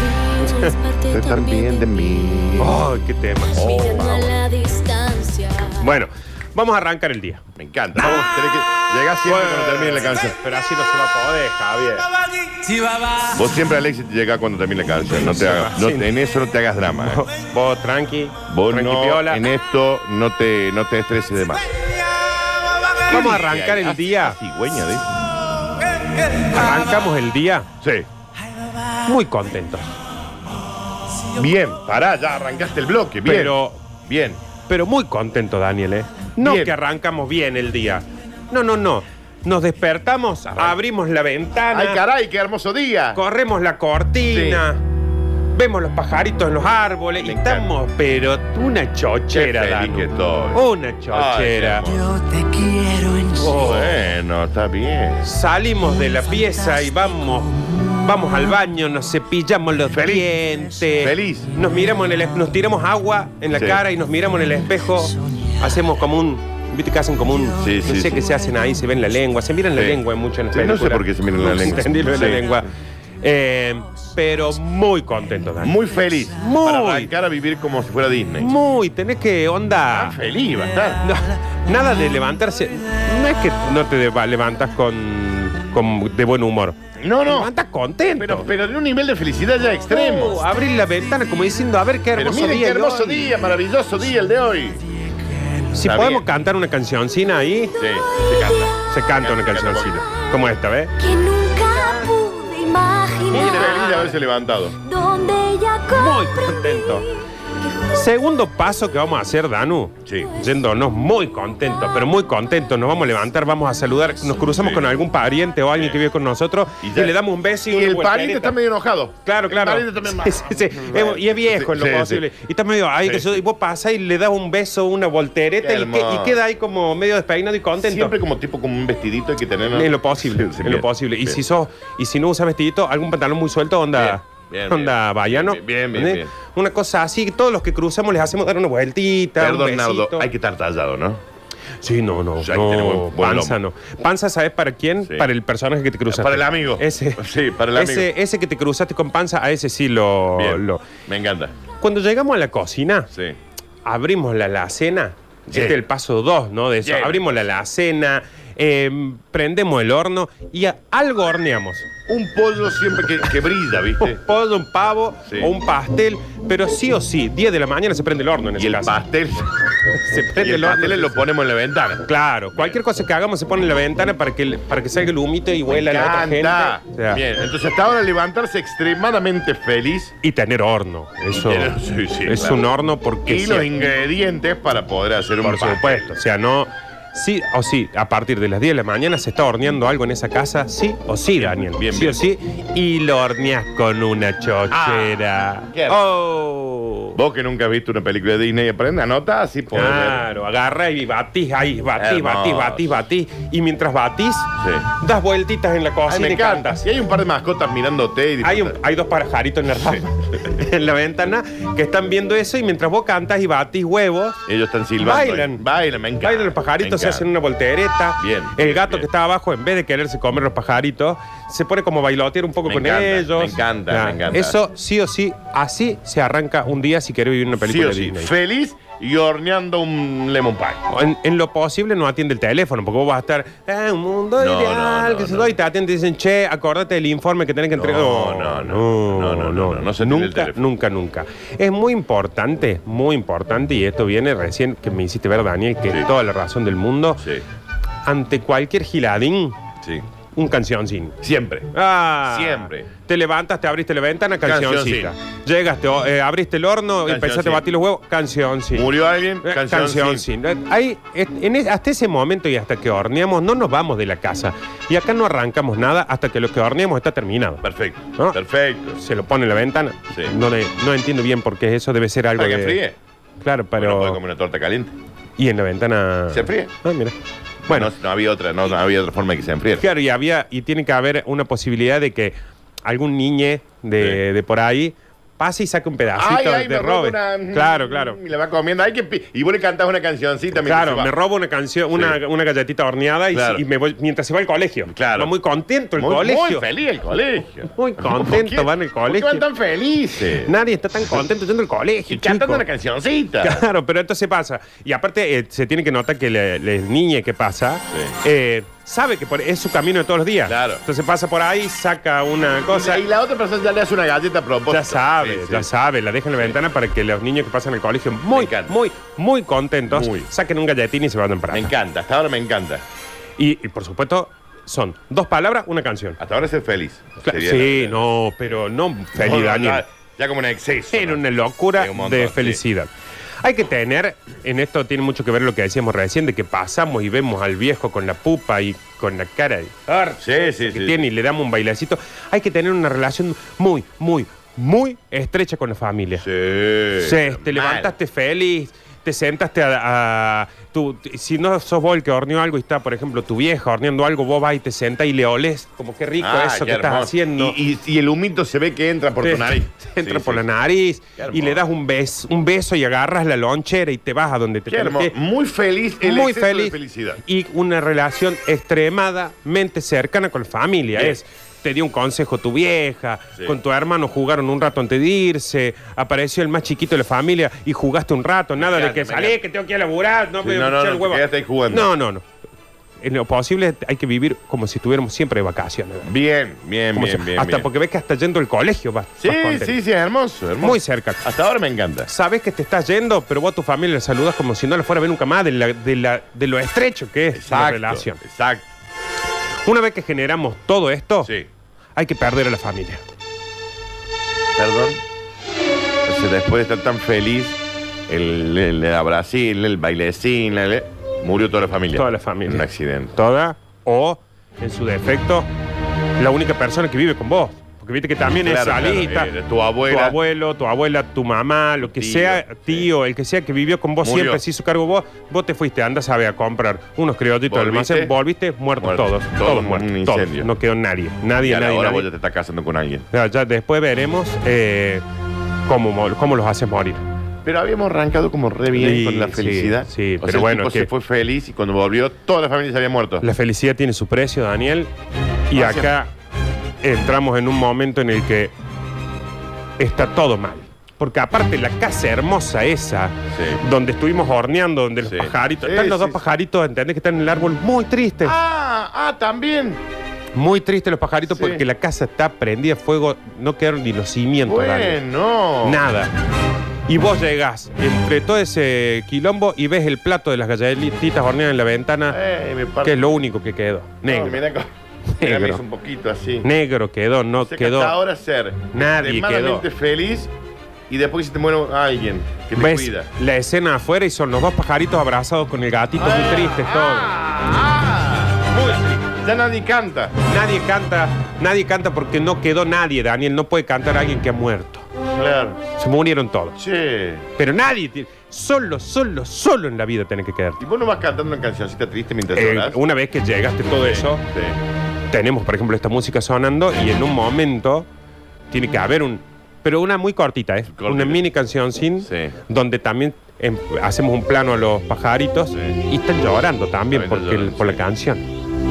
[SPEAKER 6] Parte
[SPEAKER 3] Estar bien de mí.
[SPEAKER 4] Oh, qué temas.
[SPEAKER 6] Mirando a la distancia.
[SPEAKER 4] Bueno, vamos a arrancar el día.
[SPEAKER 3] Me encanta. Vamos, tenés que llegar siempre cuando termine la canción.
[SPEAKER 4] Pero así no se va a poder, Javier.
[SPEAKER 3] Vos siempre, Alexis, te llegás cuando termine la canción. No te hagas, no, en eso no te hagas drama. ¿eh?
[SPEAKER 4] Vos tranqui,
[SPEAKER 3] Vos
[SPEAKER 4] tranqui
[SPEAKER 3] no,
[SPEAKER 4] piola.
[SPEAKER 3] en esto no te, no te estreses de más.
[SPEAKER 4] Vamos a arrancar el día.
[SPEAKER 3] Cigüeña, dice.
[SPEAKER 4] Arrancamos el día
[SPEAKER 3] Sí.
[SPEAKER 4] muy contentos.
[SPEAKER 3] Bien, pará, ya arrancaste el bloque. Bien.
[SPEAKER 4] Pero,
[SPEAKER 3] Bien.
[SPEAKER 4] pero muy contentos, Daniel, ¿eh? No
[SPEAKER 3] Bien.
[SPEAKER 4] que arrancamos bien el día. No, no, no. Nos despertamos, abrimos la ventana,
[SPEAKER 3] Ay, caray, qué hermoso día.
[SPEAKER 4] Ah. corremos la cortina, vemos los pajaritos en los árboles
[SPEAKER 3] Me
[SPEAKER 4] y estamos, pero una
[SPEAKER 3] Qué
[SPEAKER 4] chochera,
[SPEAKER 3] feliz que
[SPEAKER 4] Danu.
[SPEAKER 3] estoy.
[SPEAKER 4] Una chochera.
[SPEAKER 3] Ay, qué hermoso.
[SPEAKER 4] Oh.
[SPEAKER 3] Bueno, está bien.
[SPEAKER 4] Salimos de la pieza y vamos. Vamos al baño, nos cepillamos los
[SPEAKER 3] Feliz.
[SPEAKER 4] dientes.
[SPEAKER 3] Feliz.
[SPEAKER 4] Nos miramos en el es- nos tiramos agua en la
[SPEAKER 3] Sí.
[SPEAKER 4] cara y nos miramos en el espejo. Hacemos como un. ¿Viste que hacen como un.
[SPEAKER 3] Sí,
[SPEAKER 4] no
[SPEAKER 3] sí,
[SPEAKER 4] sé
[SPEAKER 3] sí.
[SPEAKER 4] qué se hacen ahí, se ven la lengua. Se miran la
[SPEAKER 3] Sí.
[SPEAKER 4] lengua eh, mucho en las
[SPEAKER 3] Sí, no sé
[SPEAKER 4] películas.
[SPEAKER 3] por qué se miran la lengua.
[SPEAKER 4] Entendí lo de la
[SPEAKER 3] Sí.
[SPEAKER 4] lengua. Eh, pero muy contento, Dani.
[SPEAKER 3] Muy feliz.
[SPEAKER 4] Muy.
[SPEAKER 3] Para arrancar a vivir como si fuera Disney.
[SPEAKER 4] Muy, tenés que onda.
[SPEAKER 3] Ah, feliz va a estar.
[SPEAKER 4] No, nada de levantarse. No es que no te deva- levantas con, con- de buen humor.
[SPEAKER 3] No,
[SPEAKER 4] Te
[SPEAKER 3] no.
[SPEAKER 4] levantas contento.
[SPEAKER 3] Pero, pero de un nivel de felicidad ya extremo.
[SPEAKER 4] Oh, abrir la ventana como diciendo, a ver qué
[SPEAKER 3] Pero
[SPEAKER 4] hermoso
[SPEAKER 3] miren
[SPEAKER 4] día.
[SPEAKER 3] qué
[SPEAKER 4] hay
[SPEAKER 3] hermoso
[SPEAKER 4] hoy.
[SPEAKER 3] día, maravilloso día el de hoy.
[SPEAKER 4] Si
[SPEAKER 3] Está
[SPEAKER 4] podemos
[SPEAKER 3] bien.
[SPEAKER 4] cantar una cancioncina ahí,
[SPEAKER 3] Sí, se canta.
[SPEAKER 4] se canta una
[SPEAKER 3] Se canta
[SPEAKER 4] cancioncina. Como esta, ¿ves?
[SPEAKER 6] Que nunca pude
[SPEAKER 3] Muy
[SPEAKER 6] imaginar.
[SPEAKER 3] feliz de haberse levantado.
[SPEAKER 6] Donde ella
[SPEAKER 4] Muy
[SPEAKER 6] comprendí
[SPEAKER 4] contento.
[SPEAKER 6] que
[SPEAKER 4] Segundo paso que vamos a hacer, Danu.
[SPEAKER 3] Sí.
[SPEAKER 4] Yéndonos muy contentos, pero muy contentos. Nos vamos a levantar, vamos a saludar. Nos cruzamos
[SPEAKER 3] Sí.
[SPEAKER 4] con algún pariente o alguien que vive con nosotros
[SPEAKER 3] Y
[SPEAKER 4] y,
[SPEAKER 3] ya.
[SPEAKER 4] le damos un beso y,
[SPEAKER 3] Y
[SPEAKER 4] una
[SPEAKER 3] el pariente
[SPEAKER 4] voltereta.
[SPEAKER 3] está medio enojado.
[SPEAKER 4] Claro, claro.
[SPEAKER 3] El pariente también
[SPEAKER 4] Sí, sí, sí. Es- Y es viejo en lo
[SPEAKER 3] Mm, Sí, sí.
[SPEAKER 4] posible. Y está medio ahí,
[SPEAKER 3] Sí.
[SPEAKER 4] que yo- y vos pasás y le das un beso, una voltereta
[SPEAKER 3] Qué
[SPEAKER 4] y, que- y
[SPEAKER 3] hermoso.
[SPEAKER 4] queda ahí como medio despeinado y contento.
[SPEAKER 3] Siempre como tipo, como un vestidito hay que tener. ¿no?
[SPEAKER 4] En lo posible,
[SPEAKER 3] Sí, sí,
[SPEAKER 4] en
[SPEAKER 3] bien,
[SPEAKER 4] lo posible. Y
[SPEAKER 3] bien.
[SPEAKER 4] si sos, y si no usas vestidito, algún pantalón muy suelto, onda,
[SPEAKER 3] Bien, bien,
[SPEAKER 4] onda
[SPEAKER 3] bien.
[SPEAKER 4] vallano.
[SPEAKER 3] Bien, bien, bien,
[SPEAKER 4] ¿entendés?
[SPEAKER 3] bien.
[SPEAKER 4] Una cosa así, todos los que cruzamos les hacemos dar una vueltita.
[SPEAKER 3] Perdón,
[SPEAKER 4] un
[SPEAKER 3] Nardo,
[SPEAKER 4] besito.
[SPEAKER 3] hay que estar tallado, ¿no?
[SPEAKER 4] Sí, no, no.
[SPEAKER 3] O sea, hay que
[SPEAKER 4] no,
[SPEAKER 3] tener buen- buen
[SPEAKER 4] panza
[SPEAKER 3] lomo.
[SPEAKER 4] no. Panza, ¿sabes para quién?
[SPEAKER 3] Sí.
[SPEAKER 4] Para el personaje que te cruzaste.
[SPEAKER 3] Para el amigo.
[SPEAKER 4] Ese.
[SPEAKER 3] Sí, para el amigo.
[SPEAKER 4] Ese, ese que te cruzaste con panza, a ese sí lo,
[SPEAKER 3] Bien.
[SPEAKER 4] lo-
[SPEAKER 3] Me encanta.
[SPEAKER 4] Cuando llegamos a la cocina,
[SPEAKER 3] Sí.
[SPEAKER 4] abrimos la alacena.
[SPEAKER 3] Yeah.
[SPEAKER 4] Este es el paso dos, ¿no? De eso.
[SPEAKER 3] Yeah.
[SPEAKER 4] Abrimos la alacena, eh, prendemos el horno y a- algo horneamos.
[SPEAKER 3] Un pollo siempre que, que brilla,
[SPEAKER 4] Un
[SPEAKER 3] ¿viste?
[SPEAKER 4] pollo, un pavo
[SPEAKER 3] Sí.
[SPEAKER 4] o un pastel, pero sí o sí, 10 de la mañana se prende el horno en
[SPEAKER 3] Y
[SPEAKER 4] Este ese
[SPEAKER 3] el
[SPEAKER 4] caso.
[SPEAKER 3] pastel.
[SPEAKER 4] Se
[SPEAKER 3] Y
[SPEAKER 4] prende
[SPEAKER 3] el
[SPEAKER 4] el horno.
[SPEAKER 3] pastel lo ponemos en la ventana.
[SPEAKER 4] Claro, cualquier cosa que hagamos se pone en la ventana para que, para que salga el humito y
[SPEAKER 3] Me
[SPEAKER 4] huela la otra
[SPEAKER 3] encanta.
[SPEAKER 4] gente. O sea,
[SPEAKER 3] Bien, entonces hasta ahora levantarse extremadamente feliz
[SPEAKER 4] Y tener horno. Eso
[SPEAKER 3] tener- sí, sí,
[SPEAKER 4] es
[SPEAKER 3] claro.
[SPEAKER 4] un horno porque
[SPEAKER 3] y
[SPEAKER 4] sí,
[SPEAKER 3] los ingredientes para poder hacer un
[SPEAKER 4] por
[SPEAKER 3] pastel.
[SPEAKER 4] supuesto. O sea, no. Sí o sí, a partir de las 10 de la mañana se está horneando algo en esa casa, sí o sí, Daniel.
[SPEAKER 3] bien,
[SPEAKER 4] sí
[SPEAKER 3] bien.
[SPEAKER 4] o sí. Y lo horneas con una chochera.
[SPEAKER 3] Ah, qué rico.
[SPEAKER 4] ¡Oh!
[SPEAKER 3] Vos que nunca has visto una película de Disney, aprende, anota así podés
[SPEAKER 4] Ah,
[SPEAKER 3] ver.
[SPEAKER 4] Claro, agarra y batís ahí, batís,
[SPEAKER 3] Hermoso.
[SPEAKER 4] batís, batís, batís. Y mientras batís,
[SPEAKER 3] Sí.
[SPEAKER 4] das vueltitas en la cocina
[SPEAKER 3] Ay, me
[SPEAKER 4] y
[SPEAKER 3] encanta.
[SPEAKER 4] cantas.
[SPEAKER 3] Y hay un par de mascotas mirándote y
[SPEAKER 4] Hay, un-
[SPEAKER 3] disfrutando.
[SPEAKER 4] hay dos pajaritos en la, rama, en la ventana que están viendo eso y mientras vos cantas y batís huevos,
[SPEAKER 3] Ellos están silbando.
[SPEAKER 4] Bailan.
[SPEAKER 3] ahí. Bailan, me encanta.
[SPEAKER 4] bailan los
[SPEAKER 3] me
[SPEAKER 4] pajaritos, se
[SPEAKER 3] encanta.
[SPEAKER 4] hacen una voltereta.
[SPEAKER 3] Bien,
[SPEAKER 4] El gato
[SPEAKER 3] bien.
[SPEAKER 4] que está abajo, en vez de quererse comer los pajaritos, se pone como a bailotear un poco
[SPEAKER 3] Me
[SPEAKER 4] con
[SPEAKER 3] encanta,
[SPEAKER 4] ellos.
[SPEAKER 3] me encanta,
[SPEAKER 4] Nah,
[SPEAKER 3] me encanta.
[SPEAKER 4] Eso sí o sí, así se arranca un día si querés vivir una
[SPEAKER 3] Sí
[SPEAKER 4] película
[SPEAKER 3] o sí,
[SPEAKER 4] de Disney.
[SPEAKER 3] feliz y horneando un lemon pie.
[SPEAKER 4] En, en lo posible no atiende el teléfono, porque vos vas a estar, "Ah, un mundo
[SPEAKER 3] No,
[SPEAKER 4] ideal,
[SPEAKER 3] no, no,
[SPEAKER 4] que se
[SPEAKER 3] no.
[SPEAKER 4] doy, y te atienden y dicen, che, acordate del informe que tenés que entregar. Oh,
[SPEAKER 3] No, no, no, no, no, no, no se atiende el
[SPEAKER 4] nunca,
[SPEAKER 3] teléfono.
[SPEAKER 4] nunca, nunca. Es muy importante, muy importante, y esto viene recién que me hiciste ver, Daniel, que
[SPEAKER 3] Sí.
[SPEAKER 4] es toda la razón del mundo,
[SPEAKER 3] Sí,
[SPEAKER 4] ante cualquier giladín,
[SPEAKER 3] sí.
[SPEAKER 4] un cancioncín.
[SPEAKER 3] Siempre.
[SPEAKER 4] Ah,
[SPEAKER 3] Siempre.
[SPEAKER 4] Te levantas, te abriste la ventana, cancioncita. Llegaste, oh, eh, abriste el horno,
[SPEAKER 3] Cancioncín.
[SPEAKER 4] empezaste a batir los huevos, cancioncín.
[SPEAKER 3] ¿Murió alguien?
[SPEAKER 4] Eh,
[SPEAKER 3] Canción,
[SPEAKER 4] Canción
[SPEAKER 3] sí.
[SPEAKER 4] sin. Eh, ahí, eh, en es- hasta ese momento y hasta que horneamos, no nos vamos de la casa. Y acá no arrancamos nada hasta que lo que horneamos está terminado.
[SPEAKER 3] Perfecto.
[SPEAKER 4] ¿No?
[SPEAKER 3] Perfecto.
[SPEAKER 4] Se lo pone en la ventana.
[SPEAKER 3] Sí.
[SPEAKER 4] No, le- no entiendo bien por qué eso debe ser algo.
[SPEAKER 3] Para que
[SPEAKER 4] de-
[SPEAKER 3] fríe.
[SPEAKER 4] Claro,
[SPEAKER 3] Pero... No puede
[SPEAKER 4] pero.
[SPEAKER 3] comer una torta caliente.
[SPEAKER 4] y en la ventana.
[SPEAKER 3] Se fríe.
[SPEAKER 4] Ah, mira. Bueno,
[SPEAKER 3] No, no había otra, no, no había otra forma de que se enfríe.
[SPEAKER 4] Claro, y había, y tiene que haber una posibilidad de que algún niñe de,
[SPEAKER 3] Sí.
[SPEAKER 4] de por ahí pase y saque un pedacito
[SPEAKER 3] Ay, ay,
[SPEAKER 4] de
[SPEAKER 3] me robo
[SPEAKER 4] robe.
[SPEAKER 3] una. mm,
[SPEAKER 4] Claro, claro.
[SPEAKER 3] Y la va comiendo. Ay, que pi- y vos le cantás una cancioncita. mientras
[SPEAKER 4] Claro,
[SPEAKER 3] se va.
[SPEAKER 4] me robo una canción, una,
[SPEAKER 3] Sí.
[SPEAKER 4] una galletita horneada y,
[SPEAKER 3] Claro.
[SPEAKER 4] y me voy mientras se va al colegio.
[SPEAKER 3] Claro.
[SPEAKER 4] Va muy contento el
[SPEAKER 3] muy,
[SPEAKER 4] colegio.
[SPEAKER 3] Muy feliz el colegio.
[SPEAKER 4] Muy contento,
[SPEAKER 3] ¿Por qué-
[SPEAKER 4] van
[SPEAKER 3] por
[SPEAKER 4] al
[SPEAKER 3] qué
[SPEAKER 4] colegio.
[SPEAKER 3] van tan felices?
[SPEAKER 4] Nadie está tan contento yendo al colegio.
[SPEAKER 3] Y cantando
[SPEAKER 4] chico.
[SPEAKER 3] una cancioncita.
[SPEAKER 4] Claro, pero entonces pasa. Y aparte eh, se tiene que notar que la niña que pasa eh, sabe que por- es su camino de todos los días.
[SPEAKER 3] Claro.
[SPEAKER 4] Entonces pasa por ahí, saca una cosa.
[SPEAKER 3] y la otra persona ya le hace una galleta a propósito.
[SPEAKER 4] Ya sabe,
[SPEAKER 3] Sí, sí.
[SPEAKER 4] ya sabe, la deja en la ventana para que los niños que pasan el colegio muy,
[SPEAKER 3] encanta.
[SPEAKER 4] muy, muy contentos
[SPEAKER 3] Muy.
[SPEAKER 4] saquen un galletín y se vayan para
[SPEAKER 3] Me
[SPEAKER 4] acá.
[SPEAKER 3] encanta, hasta ahora me encanta.
[SPEAKER 4] Y, y, por supuesto, son dos palabras, una canción.
[SPEAKER 3] Hasta ahora ser feliz.
[SPEAKER 4] Claro,
[SPEAKER 3] Sería
[SPEAKER 4] sí,
[SPEAKER 3] la-
[SPEAKER 4] no, pero no feliz,
[SPEAKER 3] No, no,
[SPEAKER 4] Daniel.
[SPEAKER 3] Ya, ya como un exceso.
[SPEAKER 4] Era
[SPEAKER 3] ¿no?
[SPEAKER 4] una locura
[SPEAKER 3] Sí, un montón,
[SPEAKER 4] de
[SPEAKER 3] sí.
[SPEAKER 4] felicidad. Hay que tener, en esto tiene mucho que ver lo que decíamos recién, de que pasamos y vemos al viejo con la pupa y con la cara de
[SPEAKER 3] Sí, sí,
[SPEAKER 4] que
[SPEAKER 3] sí.
[SPEAKER 4] tiene y le damos un bailecito. Hay que tener una relación muy, muy, muy estrecha con la familia.
[SPEAKER 3] Sí.
[SPEAKER 4] Sí,
[SPEAKER 3] mal.
[SPEAKER 4] te levantaste feliz, te sentaste a... a- tú- t- si no sos vos el que horneó algo y está, por ejemplo, tu vieja horneando algo, vos vas y te sentas y le olés, como qué rico
[SPEAKER 3] Ah,
[SPEAKER 4] eso
[SPEAKER 3] qué
[SPEAKER 4] que estás
[SPEAKER 3] hermoso.
[SPEAKER 4] haciendo.
[SPEAKER 3] Y, y- y el humito se ve que entra por
[SPEAKER 4] Te-
[SPEAKER 3] tu nariz.
[SPEAKER 4] te Entra
[SPEAKER 3] Sí,
[SPEAKER 4] por
[SPEAKER 3] sí.
[SPEAKER 4] la nariz
[SPEAKER 3] Qué hermoso.
[SPEAKER 4] y le das un beso, un beso y agarras la lonchera y te vas a donde te
[SPEAKER 3] Qué hermoso.
[SPEAKER 4] tenés que-
[SPEAKER 3] Muy feliz el
[SPEAKER 4] Muy
[SPEAKER 3] exceso de
[SPEAKER 4] feliz.
[SPEAKER 3] felicidad.
[SPEAKER 4] Y una relación extremadamente cercana con la familia.
[SPEAKER 3] Bien.
[SPEAKER 4] Es, te dio un consejo tu vieja,
[SPEAKER 3] Sí.
[SPEAKER 4] con tu hermano jugaron un rato antes de irse, apareció el más chiquito de la familia y jugaste un rato. Nada
[SPEAKER 3] encanta,
[SPEAKER 4] de que
[SPEAKER 3] me
[SPEAKER 4] salí,
[SPEAKER 3] encanta.
[SPEAKER 4] que tengo que ir a laburar, no
[SPEAKER 3] Sí,
[SPEAKER 4] me
[SPEAKER 3] no, no,
[SPEAKER 4] echar el
[SPEAKER 3] no,
[SPEAKER 4] huevo.
[SPEAKER 3] quedaste ahí jugando.
[SPEAKER 4] No, no, no. En lo posible hay que vivir como si estuviéramos siempre de vacaciones. ¿verdad?
[SPEAKER 3] Bien, bien,
[SPEAKER 4] Como
[SPEAKER 3] bien,
[SPEAKER 4] si-
[SPEAKER 3] bien.
[SPEAKER 4] hasta
[SPEAKER 3] bien.
[SPEAKER 4] porque ves que hasta yendo al colegio vas.
[SPEAKER 3] Sí,
[SPEAKER 4] vas contento.
[SPEAKER 3] sí, sí, es hermoso, hermoso.
[SPEAKER 4] Muy cerca.
[SPEAKER 3] Hasta ahora me encanta.
[SPEAKER 4] Sabes que te estás yendo, pero vos a tu familia le saludas como si no la fuera a ver nunca más, de, la- de la- de lo estrecho que es la relación.
[SPEAKER 3] Exacto.
[SPEAKER 4] Una vez que generamos todo esto,
[SPEAKER 3] Sí.
[SPEAKER 4] hay que perder a la familia.
[SPEAKER 3] Perdón. Entonces, después de estar tan feliz, el, el, el abracín, el bailecín, el- murió toda la familia.
[SPEAKER 4] Toda la familia.
[SPEAKER 3] En un accidente.
[SPEAKER 4] Toda o, en su defecto, la única persona que vive con vos. Porque viste que también
[SPEAKER 3] Claro,
[SPEAKER 4] es
[SPEAKER 3] claro,
[SPEAKER 4] salita.
[SPEAKER 3] eh, tu abuela.
[SPEAKER 4] Tu abuelo, tu abuela, tu mamá, lo que
[SPEAKER 3] Tío,
[SPEAKER 4] sea,
[SPEAKER 3] sí.
[SPEAKER 4] tío, el que sea que vivió con vos
[SPEAKER 3] Murió.
[SPEAKER 4] siempre, se hizo cargo vos, vos te fuiste, andas a ver a comprar unos criollitos del
[SPEAKER 3] Volviste.
[SPEAKER 4] almacén, volviste, muertos
[SPEAKER 3] Muertos.
[SPEAKER 4] todos.
[SPEAKER 3] Todos,
[SPEAKER 4] Todos,
[SPEAKER 3] un
[SPEAKER 4] muertos.
[SPEAKER 3] incendio.
[SPEAKER 4] todos. No quedó nadie. Nadie,
[SPEAKER 3] Y a la
[SPEAKER 4] nadie,
[SPEAKER 3] hora
[SPEAKER 4] nadie.
[SPEAKER 3] vos ya te estás casando con alguien.
[SPEAKER 4] Ya, ya después veremos eh, cómo, mo- cómo los haces morir.
[SPEAKER 3] Pero habíamos arrancado como re bien
[SPEAKER 4] Sí,
[SPEAKER 3] con la
[SPEAKER 4] sí,
[SPEAKER 3] felicidad.
[SPEAKER 4] sí,
[SPEAKER 3] O
[SPEAKER 4] pero
[SPEAKER 3] sea, el
[SPEAKER 4] bueno,
[SPEAKER 3] tipo
[SPEAKER 4] es que-
[SPEAKER 3] se fue feliz y cuando volvió, toda la familia se había muerto.
[SPEAKER 4] La felicidad tiene su precio, Daniel. Y
[SPEAKER 3] Gracias.
[SPEAKER 4] acá entramos en un momento en el que está todo mal. Porque aparte la casa hermosa esa,
[SPEAKER 3] Sí.
[SPEAKER 4] donde estuvimos horneando, donde
[SPEAKER 3] Sí.
[SPEAKER 4] los pajaritos,
[SPEAKER 3] Sí,
[SPEAKER 4] están los
[SPEAKER 3] sí,
[SPEAKER 4] dos
[SPEAKER 3] sí.
[SPEAKER 4] pajaritos, ¿entendés? Que están en el árbol muy tristes.
[SPEAKER 3] Ah, ah, también.
[SPEAKER 4] Muy tristes los pajaritos
[SPEAKER 3] Sí.
[SPEAKER 4] porque la casa está prendida a fuego, no quedaron ni los cimientos. Dani.
[SPEAKER 3] Bueno.
[SPEAKER 4] Nada. Y vos llegás entre todo ese quilombo y ves el plato de las galletitas horneadas en la ventana,
[SPEAKER 3] Eh, me
[SPEAKER 4] que
[SPEAKER 3] parte.
[SPEAKER 4] es lo único que quedó. Negro.
[SPEAKER 3] No, mirá, co- mirá, me
[SPEAKER 4] Negro.
[SPEAKER 3] hizo un poquito así.
[SPEAKER 4] Negro quedó, no
[SPEAKER 3] O sea que
[SPEAKER 4] quedó.
[SPEAKER 3] hasta ahora ser
[SPEAKER 4] Nadie
[SPEAKER 3] extremadamente feliz y después se te muere alguien que te
[SPEAKER 4] ves
[SPEAKER 3] cuida.
[SPEAKER 4] la escena afuera y son los dos pajaritos abrazados con el gatito, muy tristes
[SPEAKER 3] Ah, ah, muy triste. Ya nadie canta.
[SPEAKER 4] todo. Nadie canta, nadie canta porque no quedó nadie, Daniel. No puede cantar alguien que ha muerto.
[SPEAKER 3] Claro.
[SPEAKER 4] Se murieron todos.
[SPEAKER 3] Che.
[SPEAKER 4] Pero nadie tiene- Solo, solo, solo en la vida tiene que quedar.
[SPEAKER 3] ¿Y vos no vas cantando una cancioncita triste
[SPEAKER 4] Eh,
[SPEAKER 3] mientras lloras?
[SPEAKER 4] una vez que llegaste todo
[SPEAKER 3] Sí,
[SPEAKER 4] eso,
[SPEAKER 3] sí.
[SPEAKER 4] tenemos, por ejemplo, esta música sonando y en un momento tiene que haber un. Pero una muy cortita, ¿eh?
[SPEAKER 3] Cortita.
[SPEAKER 4] Una mini canción sin.
[SPEAKER 3] Sí.
[SPEAKER 4] Donde también em, hacemos un plano a los pajaritos y están llorando
[SPEAKER 3] También
[SPEAKER 4] también porque,
[SPEAKER 3] lloran,
[SPEAKER 4] el- por la
[SPEAKER 3] sí.
[SPEAKER 4] canción.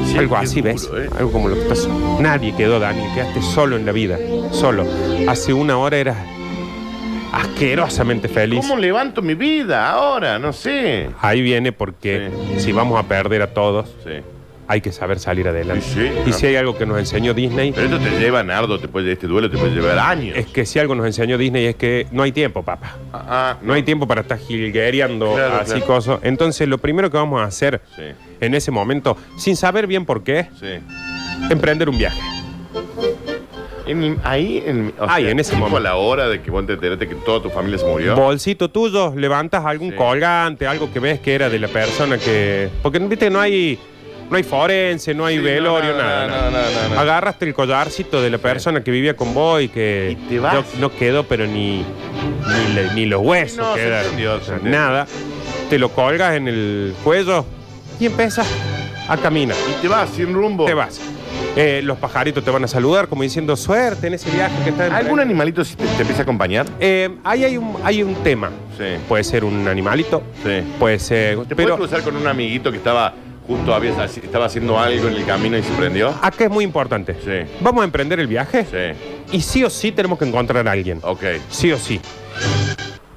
[SPEAKER 3] Sí,
[SPEAKER 4] Algo
[SPEAKER 3] qué
[SPEAKER 4] así,
[SPEAKER 3] duro,
[SPEAKER 4] ¿ves?
[SPEAKER 3] eh.
[SPEAKER 4] Algo como lo que pasó. Nadie quedó, Dani. Quedaste solo en la vida. Solo. Hace una hora eras asquerosamente feliz.
[SPEAKER 3] ¿Cómo levanto mi vida ahora? No sé.
[SPEAKER 4] Ahí viene porque si vamos a perder a todos,
[SPEAKER 3] Sí.
[SPEAKER 4] hay que saber salir adelante.
[SPEAKER 3] Sí, sí,
[SPEAKER 4] y
[SPEAKER 3] no.
[SPEAKER 4] si hay algo que nos enseñó Disney,
[SPEAKER 3] Pero esto te lleva, Nardo, te puede, este duelo te puede llevar años.
[SPEAKER 4] es que si algo nos enseñó Disney es que no hay tiempo, papá.
[SPEAKER 3] Ah, ah,
[SPEAKER 4] No hay tiempo para estar jilguereando
[SPEAKER 3] Claro,
[SPEAKER 4] así
[SPEAKER 3] claro.
[SPEAKER 4] cosas. Entonces, lo primero que vamos a hacer
[SPEAKER 3] Sí,
[SPEAKER 4] en ese momento, sin saber bien por qué,
[SPEAKER 3] sí.
[SPEAKER 4] emprender un viaje.
[SPEAKER 3] En el- ahí, en, o
[SPEAKER 4] Ay, en ese
[SPEAKER 3] tipo
[SPEAKER 4] momento.
[SPEAKER 3] a la hora de que vos te enteraste que toda tu familia se murió.
[SPEAKER 4] Bolsito tuyo, levantas algún
[SPEAKER 3] Sí.
[SPEAKER 4] colgante, algo que ves que era de la persona que. Porque viste, no hay. No hay forense, no hay
[SPEAKER 3] Sí, no,
[SPEAKER 4] velorio,
[SPEAKER 3] no,
[SPEAKER 4] nada.
[SPEAKER 3] no,
[SPEAKER 4] nada.
[SPEAKER 3] no, no, no, no.
[SPEAKER 4] Agarraste el collarcito de la persona que vivía con vos y que
[SPEAKER 3] Y te vas.
[SPEAKER 4] No, no quedó, pero ni, ni, le- ni los huesos
[SPEAKER 3] No, se
[SPEAKER 4] quedaron.
[SPEAKER 3] entendió, se
[SPEAKER 4] O sea,
[SPEAKER 3] entendió.
[SPEAKER 4] nada. Te lo colgas en el cuello y empiezas a caminar.
[SPEAKER 3] Y te vas sin rumbo.
[SPEAKER 4] Te vas. Eh, los pajaritos te van a saludar como diciendo suerte en ese viaje que está en
[SPEAKER 3] ¿Algún animalito si te, te empieza a acompañar?
[SPEAKER 4] Eh, ahí hay un, hay un tema.
[SPEAKER 3] Sí.
[SPEAKER 4] Puede ser un animalito,
[SPEAKER 3] Sí.
[SPEAKER 4] puede ser.
[SPEAKER 3] ¿Te puedes
[SPEAKER 4] Pero
[SPEAKER 3] cruzar con un amiguito que estaba justo había- estaba haciendo algo en el camino y se prendió?
[SPEAKER 4] acá es muy importante.
[SPEAKER 3] Sí.
[SPEAKER 4] Vamos a emprender el viaje
[SPEAKER 3] Sí.
[SPEAKER 4] y sí o sí tenemos que encontrar a alguien.
[SPEAKER 3] Ok.
[SPEAKER 4] Sí o sí.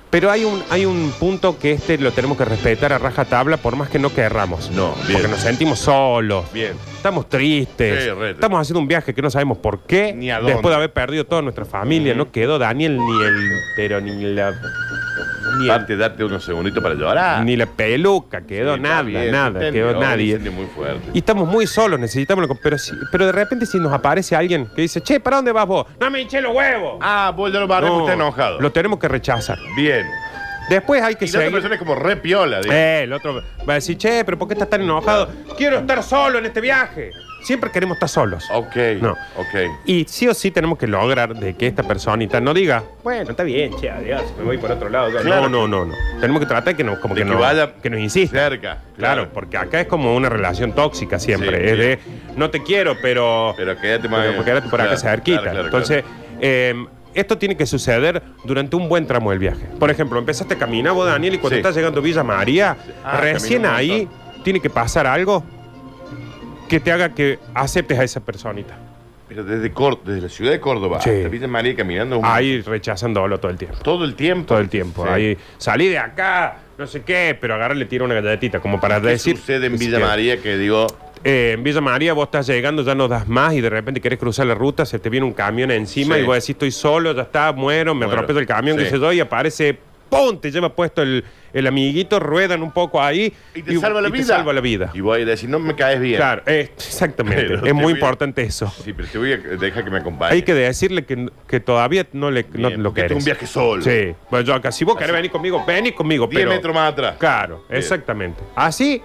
[SPEAKER 4] Pero hay un, hay un punto que este lo tenemos que respetar a raja tabla por más que no querramos.
[SPEAKER 3] No, bien.
[SPEAKER 4] Porque nos sentimos solos.
[SPEAKER 3] Bien.
[SPEAKER 4] Estamos tristes.
[SPEAKER 3] Sí, re.
[SPEAKER 4] estamos haciendo un viaje que no sabemos por qué.
[SPEAKER 3] Ni a dónde.
[SPEAKER 4] Después de haber perdido toda nuestra familia, no quedó Daniel ni el. Pero ni la. Ni, el-
[SPEAKER 3] Darte, darte unos segunditos para llorar.
[SPEAKER 4] ni la peluca, quedó
[SPEAKER 3] Ah. Sí,
[SPEAKER 4] nada,
[SPEAKER 3] está bien,
[SPEAKER 4] nada,
[SPEAKER 3] se
[SPEAKER 4] quedó
[SPEAKER 3] entendió,
[SPEAKER 4] nadie.
[SPEAKER 3] se entendió muy fuerte.
[SPEAKER 4] Y estamos muy solos, necesitamos. la co- Pero, si- pero de repente, si nos aparece alguien que dice, che, ¿para dónde vas vos? No me hinché los huevos.
[SPEAKER 3] Ah, vos ya lo barré,
[SPEAKER 4] No,
[SPEAKER 3] usted enojado.
[SPEAKER 4] Lo tenemos que rechazar.
[SPEAKER 3] Bien.
[SPEAKER 4] Después hay que
[SPEAKER 3] Y la otra
[SPEAKER 4] seguir.
[SPEAKER 3] persona es como re piola. digamos.
[SPEAKER 4] Eh, el otro va a decir, che, pero ¿por qué estás tan enojado? Quiero estar solo en este viaje. Siempre queremos estar solos.
[SPEAKER 3] Ok.
[SPEAKER 4] No.
[SPEAKER 3] Ok.
[SPEAKER 4] Y sí o sí tenemos que lograr de que esta personita no diga, bueno, está bien, che, adiós, me voy por otro lado.
[SPEAKER 3] Claro.
[SPEAKER 4] No, no, no, no. Tenemos que tratar que nos, como
[SPEAKER 3] De
[SPEAKER 4] que,
[SPEAKER 3] que
[SPEAKER 4] nos-
[SPEAKER 3] vaya
[SPEAKER 4] que nos insista.
[SPEAKER 3] cerca,
[SPEAKER 4] Claro,
[SPEAKER 3] claro.
[SPEAKER 4] porque acá es como una relación tóxica siempre.
[SPEAKER 3] Sí,
[SPEAKER 4] es
[SPEAKER 3] sí.
[SPEAKER 4] de, no te quiero, pero.
[SPEAKER 3] Pero quédate más
[SPEAKER 4] pero
[SPEAKER 3] bien.
[SPEAKER 4] quédate por acá
[SPEAKER 3] Claro,
[SPEAKER 4] cerquita.
[SPEAKER 3] claro, claro,
[SPEAKER 4] Entonces, eh, esto tiene que suceder durante un buen tramo del viaje. Por ejemplo, empezaste a caminar vos, Daniel, y cuando
[SPEAKER 3] Sí.
[SPEAKER 4] estás llegando a Villa María,
[SPEAKER 3] Ah,
[SPEAKER 4] recién
[SPEAKER 3] camino un
[SPEAKER 4] ahí tiene que pasar algo que te haga que aceptes a esa personita.
[SPEAKER 3] Pero desde, Cor- desde la ciudad de Córdoba
[SPEAKER 4] Sí.
[SPEAKER 3] hasta Villa María caminando un-
[SPEAKER 4] Ahí rechazándolo todo el tiempo.
[SPEAKER 3] todo el tiempo.
[SPEAKER 4] Todo el tiempo.
[SPEAKER 3] Sí.
[SPEAKER 4] Ahí salí de acá, no sé qué, pero agarrarle tira una galletita, como para
[SPEAKER 3] ¿Qué
[SPEAKER 4] decir.
[SPEAKER 3] sucede en
[SPEAKER 4] que se
[SPEAKER 3] Villa
[SPEAKER 4] quede.
[SPEAKER 3] María que digo,
[SPEAKER 4] Eh, en Villa María vos estás llegando, ya no das más y de repente querés cruzar la ruta, se te viene un camión encima
[SPEAKER 3] Sí.
[SPEAKER 4] y vos decís, estoy solo, ya está, muero, me
[SPEAKER 3] Muero.
[SPEAKER 4] atropello el camión,
[SPEAKER 3] Sí.
[SPEAKER 4] que se yo, y aparece, ¡pum! Te lleva puesto el, el amiguito, ruedan un poco ahí.
[SPEAKER 3] y te salva la
[SPEAKER 4] y
[SPEAKER 3] vida?
[SPEAKER 4] Te salva la vida.
[SPEAKER 3] Y voy a decir, no me caes bien.
[SPEAKER 4] Claro, eh, exactamente.
[SPEAKER 3] Pero te
[SPEAKER 4] es muy
[SPEAKER 3] voy a-
[SPEAKER 4] importante eso.
[SPEAKER 3] Sí, pero te voy a dejar que me acompañe.
[SPEAKER 4] Hay que decirle que, que todavía no, le, no
[SPEAKER 3] Bien,
[SPEAKER 4] lo
[SPEAKER 3] porque
[SPEAKER 4] querés.
[SPEAKER 3] este es un viaje solo.
[SPEAKER 4] Sí. Bueno, yo acá, si vos querés
[SPEAKER 3] Así.
[SPEAKER 4] venir conmigo, vení conmigo.
[SPEAKER 3] 10
[SPEAKER 4] pero-
[SPEAKER 3] metros más atrás.
[SPEAKER 4] Claro,
[SPEAKER 3] Bien.
[SPEAKER 4] exactamente. Así